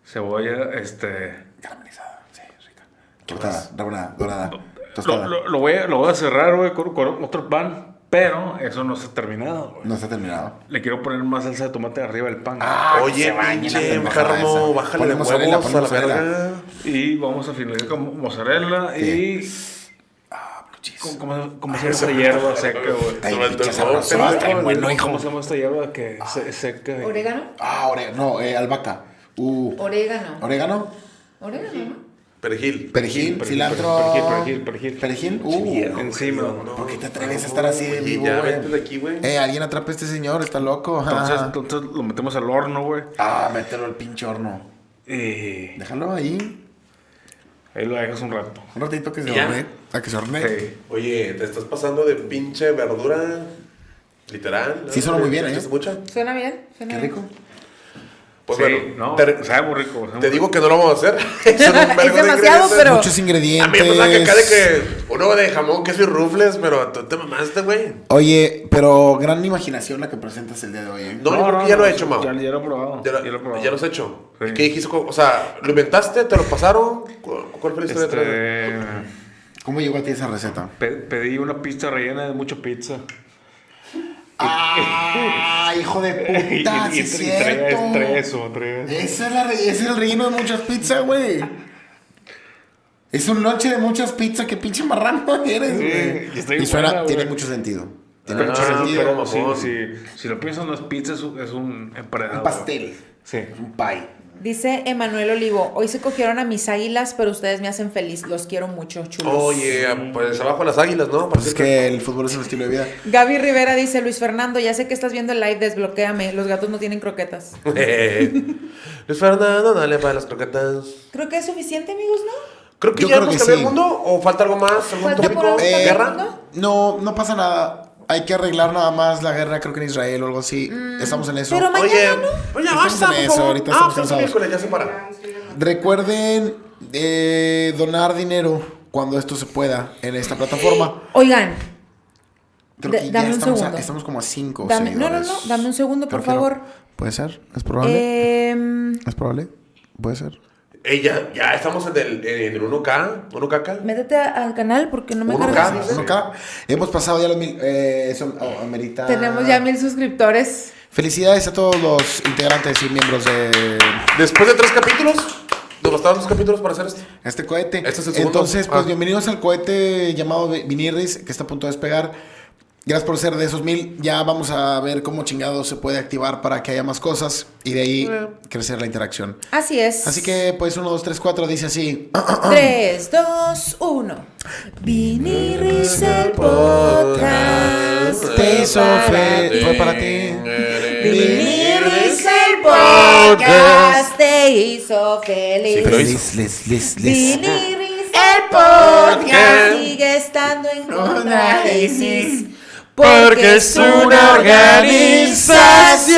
[SPEAKER 3] Cebolla, este.
[SPEAKER 2] Caramelizada. Sí, rica. Cortada, rebanada, dorada, tostada.
[SPEAKER 3] Lo, lo- lo voy a, lo voy a cerrar, güey, con, con otro pan. Pero eso no está terminado, güey.
[SPEAKER 2] No está terminado.
[SPEAKER 3] Le quiero poner más salsa de tomate arriba del pan.
[SPEAKER 2] Ah,
[SPEAKER 1] Oye, pinche enfermo, bájale de
[SPEAKER 2] Ponle mozzarella,
[SPEAKER 1] huevos
[SPEAKER 2] ponle
[SPEAKER 1] a la
[SPEAKER 2] mozzarella.
[SPEAKER 1] verga.
[SPEAKER 3] Y vamos a finalizar con mozzarella
[SPEAKER 2] Ah,
[SPEAKER 3] y. ¿Cómo- ¿Cómo, cómo se llama esta hierba seca, güey?
[SPEAKER 2] Ay,
[SPEAKER 1] Se me
[SPEAKER 2] pinche
[SPEAKER 1] antojó,
[SPEAKER 2] sabroso,
[SPEAKER 1] pero-
[SPEAKER 2] ay, bueno, hijo.
[SPEAKER 3] ¿Cómo se llama esta hierba que se, seca? y-
[SPEAKER 4] ¿Orégano?
[SPEAKER 2] Ah, orégano, no, eh, albahaca. Uh,
[SPEAKER 4] Orégano.
[SPEAKER 2] orégano,
[SPEAKER 4] Orégano, ¿no?
[SPEAKER 1] Perejil.
[SPEAKER 2] perejil,
[SPEAKER 3] perejil,
[SPEAKER 2] cilantro.
[SPEAKER 3] perejil, perejil,
[SPEAKER 2] Perejil, uh.
[SPEAKER 3] Encima.
[SPEAKER 2] ¿Por qué te atreves a estar así de
[SPEAKER 1] Oye,
[SPEAKER 2] vivo,
[SPEAKER 1] ya,
[SPEAKER 2] güey?
[SPEAKER 1] vente de aquí, güey.
[SPEAKER 2] Eh, alguien atrapa a este señor, está loco.
[SPEAKER 3] Entonces,
[SPEAKER 2] ajá.
[SPEAKER 3] entonces lo metemos al horno, güey.
[SPEAKER 2] Ah, mételo al pinche horno.
[SPEAKER 3] Y
[SPEAKER 2] Déjalo ahí.
[SPEAKER 3] ahí lo dejas un rato.
[SPEAKER 2] Un ratito que se
[SPEAKER 1] ¿Y ya?
[SPEAKER 2] hornee. A que se hornee.
[SPEAKER 3] Sí.
[SPEAKER 1] Oye, te estás pasando de pinche verdura. Literal. ¿no?
[SPEAKER 2] Sí, suena muy bien,
[SPEAKER 1] ¿Te echas
[SPEAKER 2] ¿eh?
[SPEAKER 1] mucha?
[SPEAKER 4] ¿Suena bien? ¿Suena
[SPEAKER 2] Qué
[SPEAKER 4] bien.
[SPEAKER 2] rico.
[SPEAKER 1] Pues
[SPEAKER 3] Sí,
[SPEAKER 1] bueno,
[SPEAKER 3] no,
[SPEAKER 1] te,
[SPEAKER 3] sabe muy rico. sabe muy
[SPEAKER 1] te
[SPEAKER 3] rico.
[SPEAKER 1] digo que no lo vamos a hacer. Son un vergo
[SPEAKER 4] Es
[SPEAKER 1] de
[SPEAKER 4] demasiado,
[SPEAKER 1] ingredientes.
[SPEAKER 4] pero-
[SPEAKER 2] Muchos
[SPEAKER 1] A mí
[SPEAKER 2] ingredientes.
[SPEAKER 1] me pensaba que acá de que uno de jamón, queso y rufles, pero tú te mamaste, güey.
[SPEAKER 2] Oye, pero gran imaginación la que presentas el día de hoy. ¿eh?
[SPEAKER 1] No, yo creo que ya lo he hecho,
[SPEAKER 3] ya-
[SPEAKER 1] Mau.
[SPEAKER 3] Ya, lo he probado.
[SPEAKER 1] Ya,
[SPEAKER 3] Ya
[SPEAKER 1] lo-
[SPEAKER 3] lo he probado.
[SPEAKER 1] ya los he hecho.
[SPEAKER 3] Sí.
[SPEAKER 1] ¿Y ¿Qué dijiste? O sea, ¿lo inventaste? ¿Te lo pasaron? ¿Cu- ¿Cuál fue la historia detrás de-
[SPEAKER 3] Este,
[SPEAKER 2] ¿Cómo llegó a ti esa receta?
[SPEAKER 3] pe- pedí una pizza rellena de mucha pizza.
[SPEAKER 2] ¡Ah, hijo de puta! sí es
[SPEAKER 3] y traía-
[SPEAKER 2] cierto.
[SPEAKER 3] traía eso, traía eso.
[SPEAKER 2] Esa es la re- ese es el relleno de muchas pizzas, güey. Es un lonche de muchas pizzas. ¡Qué pinche marrano eres,
[SPEAKER 3] Sí,
[SPEAKER 2] güey!
[SPEAKER 3] está
[SPEAKER 2] y
[SPEAKER 3] bien
[SPEAKER 2] suena,
[SPEAKER 3] buena,
[SPEAKER 2] tiene
[SPEAKER 3] güey.
[SPEAKER 2] mucho sentido. Tiene
[SPEAKER 3] Pero,
[SPEAKER 2] mucho
[SPEAKER 1] Ah,
[SPEAKER 3] pero-
[SPEAKER 2] sentido.
[SPEAKER 3] pero sí,
[SPEAKER 1] mamón.
[SPEAKER 3] sí, si lo piensas, no es pizza, es un, es un emparedado.
[SPEAKER 2] Un pastel.
[SPEAKER 3] Sí.
[SPEAKER 2] Un pie.
[SPEAKER 4] Dice Emanuel Olivo, hoy se cogieron a mis águilas, pero ustedes me hacen feliz. Los quiero mucho, chulos.
[SPEAKER 1] Oye, pues abajo las águilas, ¿no?
[SPEAKER 2] Pues es que el fútbol es un estilo de vida.
[SPEAKER 4] Gaby Rivera dice, Luis Fernando, ya sé que estás viendo el live, desbloquéame. Los gatos no tienen croquetas.
[SPEAKER 1] Luis Fernando, dale para las croquetas.
[SPEAKER 4] Creo que es suficiente, amigos, ¿no?
[SPEAKER 1] Creo que
[SPEAKER 2] Yo
[SPEAKER 1] ya
[SPEAKER 2] creo
[SPEAKER 1] hemos
[SPEAKER 2] que
[SPEAKER 1] cambiado
[SPEAKER 2] sí.
[SPEAKER 1] el mundo o falta algo más, algún
[SPEAKER 4] Falta
[SPEAKER 1] tópico,
[SPEAKER 4] por algo
[SPEAKER 2] Eh,
[SPEAKER 1] guerra.
[SPEAKER 2] no, no pasa nada. Hay que arreglar nada más la guerra, creo que en Israel o algo así. Estamos en eso.
[SPEAKER 4] pero ma-
[SPEAKER 1] Oye,
[SPEAKER 4] Mañana,
[SPEAKER 1] oye,
[SPEAKER 2] Estamos
[SPEAKER 1] basta,
[SPEAKER 2] en
[SPEAKER 1] por
[SPEAKER 2] eso,
[SPEAKER 1] favor. ah,
[SPEAKER 2] ahorita
[SPEAKER 1] pues
[SPEAKER 2] estamos
[SPEAKER 1] es
[SPEAKER 2] cansados.
[SPEAKER 1] miércoles, ya se para.
[SPEAKER 2] Recuerden eh, donar dinero cuando esto se pueda en esta plataforma.
[SPEAKER 4] Oigan,
[SPEAKER 2] Creo
[SPEAKER 4] Da-
[SPEAKER 2] que
[SPEAKER 4] dame
[SPEAKER 2] ya
[SPEAKER 4] un
[SPEAKER 2] estamos, a,
[SPEAKER 4] segundo.
[SPEAKER 2] estamos como a 5
[SPEAKER 4] Dame- no, no, no, dame un segundo, por favor.
[SPEAKER 2] ¿Puede ser? ¿Es probable?
[SPEAKER 4] em,
[SPEAKER 2] ¿Es probable? ¿Puede ser?
[SPEAKER 1] Eh, ya, ya estamos en el, en el 1K, 1K.
[SPEAKER 4] métete a- al canal porque no me
[SPEAKER 1] Uno
[SPEAKER 4] cargas.
[SPEAKER 1] cada.
[SPEAKER 4] dice.
[SPEAKER 2] Uno acá. Hemos pasado ya los mil. eh, eso oh, amerita-
[SPEAKER 4] Tenemos ya mil suscriptores.
[SPEAKER 2] Felicidades a todos los integrantes y miembros de
[SPEAKER 1] Después de tres capítulos, nos bastaron dos capítulos para hacer esto.
[SPEAKER 2] este cohete.
[SPEAKER 1] Este es el segundo.
[SPEAKER 2] Entonces, pues
[SPEAKER 1] Ah.
[SPEAKER 2] bienvenidos al cohete llamado Vi- Vinirdis, que está a punto de despegar. Gracias por ser de esos mil. Ya vamos a ver cómo chingado se puede activar para que haya más cosas y de ahí
[SPEAKER 4] Eh.
[SPEAKER 2] crecer la interacción.
[SPEAKER 4] Así es.
[SPEAKER 2] Así que, pues, 1, 2, 3, 4 dice así.
[SPEAKER 4] 3, 2, 1.
[SPEAKER 6] Viniris el podcast.
[SPEAKER 2] Te hizo fe- fue para ti.
[SPEAKER 4] Viniris el podcast. Te hizo feliz.
[SPEAKER 1] pero hizo.
[SPEAKER 5] Les, les, les, les.
[SPEAKER 4] Viniris el podcast. Sigue estando en contradisis. Porque es una organización.